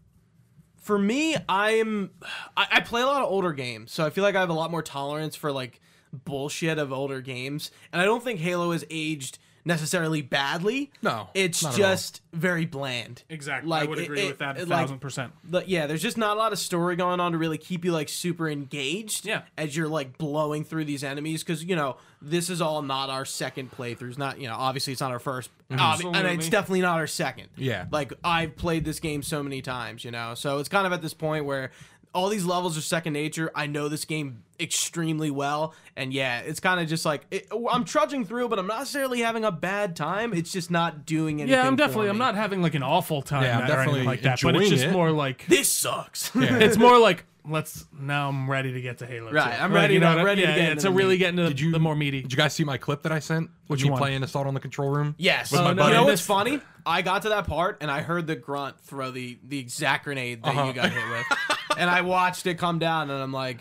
[SPEAKER 1] for me, I'm I, I play a lot of older games, so I feel like I have a lot more tolerance for like bullshit of older games, and I don't think Halo has aged necessarily badly.
[SPEAKER 3] No,
[SPEAKER 1] it's
[SPEAKER 3] not at all.
[SPEAKER 1] just very bland. Like, it- it- it, like,
[SPEAKER 2] percent.
[SPEAKER 1] the- yeah, there's just not a lot of story going on to really keep you like super engaged.
[SPEAKER 2] Yeah.
[SPEAKER 1] As you're like blowing through these enemies, because you know this is all not our second playthroughs. Not you know obviously it's not our 1st and it's
[SPEAKER 2] Mm-hmm. Absolutely.
[SPEAKER 1] definitely not our second.
[SPEAKER 3] Yeah.
[SPEAKER 1] Like I've played this game so many times, you know. So it's kind of at this point where all these levels are second nature. I know this game extremely well, and yeah, it's kind of just like it, I'm trudging through, but I'm not necessarily having a bad time. It's just not doing anything.
[SPEAKER 2] Yeah, I'm
[SPEAKER 1] for
[SPEAKER 2] definitely.
[SPEAKER 1] me.
[SPEAKER 2] I'm not having like an awful time
[SPEAKER 3] Yeah, I'm
[SPEAKER 2] or anything
[SPEAKER 3] definitely
[SPEAKER 2] like that. But it's
[SPEAKER 3] enjoying
[SPEAKER 2] just
[SPEAKER 3] it.
[SPEAKER 2] more like
[SPEAKER 1] This sucks.
[SPEAKER 2] it's more like let's now. I'm ready to get to Halo. 2.
[SPEAKER 1] Right, I'm
[SPEAKER 2] Like,
[SPEAKER 1] ready
[SPEAKER 2] you
[SPEAKER 1] to-
[SPEAKER 2] know
[SPEAKER 1] I'm
[SPEAKER 2] what I-
[SPEAKER 1] ready to
[SPEAKER 2] yeah,
[SPEAKER 1] get
[SPEAKER 2] yeah,
[SPEAKER 1] into
[SPEAKER 2] to
[SPEAKER 1] the
[SPEAKER 2] really
[SPEAKER 1] meat.
[SPEAKER 2] get into the,
[SPEAKER 3] Did you-
[SPEAKER 2] the more meaty.
[SPEAKER 3] Did you guys see my clip that I sent? Which you
[SPEAKER 2] one?
[SPEAKER 3] playing assault on the control room?
[SPEAKER 1] Yes.
[SPEAKER 3] With my
[SPEAKER 2] Oh, no.
[SPEAKER 1] You
[SPEAKER 3] buddy.
[SPEAKER 1] know
[SPEAKER 2] And
[SPEAKER 1] what's
[SPEAKER 2] this-
[SPEAKER 1] funny? I got to that part and I heard the grunt throw the the exact grenade
[SPEAKER 3] Uh-huh.
[SPEAKER 1] that you got hit with, and I watched it come down, and I'm like,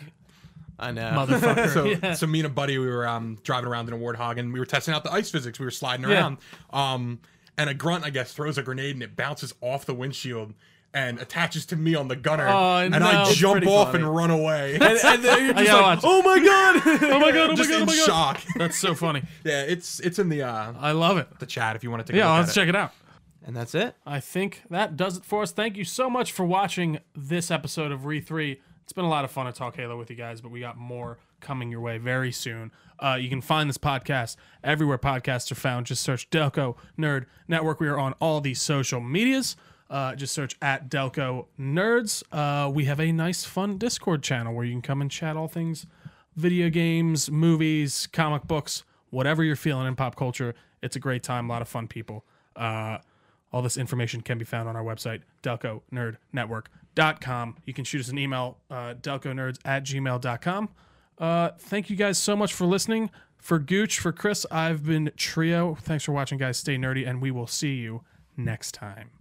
[SPEAKER 1] I know.
[SPEAKER 2] Motherfucker.
[SPEAKER 3] so, so me and a buddy, we were um, driving around in a warthog, and we were testing out the ice physics. We were sliding
[SPEAKER 2] Yeah.
[SPEAKER 3] around, um, and a grunt, I guess, throws a grenade, and it bounces off the windshield and attaches to me on the gunner,
[SPEAKER 2] Oh,
[SPEAKER 3] and
[SPEAKER 2] no.
[SPEAKER 3] I
[SPEAKER 2] It's
[SPEAKER 3] jump
[SPEAKER 1] pretty
[SPEAKER 3] off
[SPEAKER 1] funny.
[SPEAKER 3] and run away.
[SPEAKER 1] and, and then you're
[SPEAKER 2] I
[SPEAKER 1] just
[SPEAKER 2] gotta
[SPEAKER 1] like,
[SPEAKER 2] watch.
[SPEAKER 1] oh my god!
[SPEAKER 2] oh my god! Oh my
[SPEAKER 3] Just
[SPEAKER 2] god! Oh
[SPEAKER 3] in
[SPEAKER 2] my god!
[SPEAKER 3] shock.
[SPEAKER 2] That's so funny.
[SPEAKER 3] yeah, it's it's in the uh,
[SPEAKER 2] I love it.
[SPEAKER 3] the chat if you want to take
[SPEAKER 2] Yeah,
[SPEAKER 3] a look
[SPEAKER 2] let's
[SPEAKER 3] at
[SPEAKER 2] check it out.
[SPEAKER 1] and that's it.
[SPEAKER 2] I think that does it for us. Thank you so much for watching this episode of Re3. It's been a lot of fun to talk Halo with you guys, but we got more coming your way very soon. Uh, you can find this podcast everywhere podcasts are found. Just search Delco Nerd Network. We are on all these social medias. Uh, just search at Delco Nerds. Uh, we have a nice, fun Discord channel where you can come and chat all things video games, movies, comic books, whatever you're feeling in pop culture. It's a great time, a lot of fun people. Uh, all this information can be found on our website, delconerdnetwork.com. You can shoot us an email, uh, delconerds at gmail.com. Uh, thank you guys so much for listening. For Gooch, for Chris, I've been Trio. Thanks for watching, guys. Stay nerdy, and we will see you next time.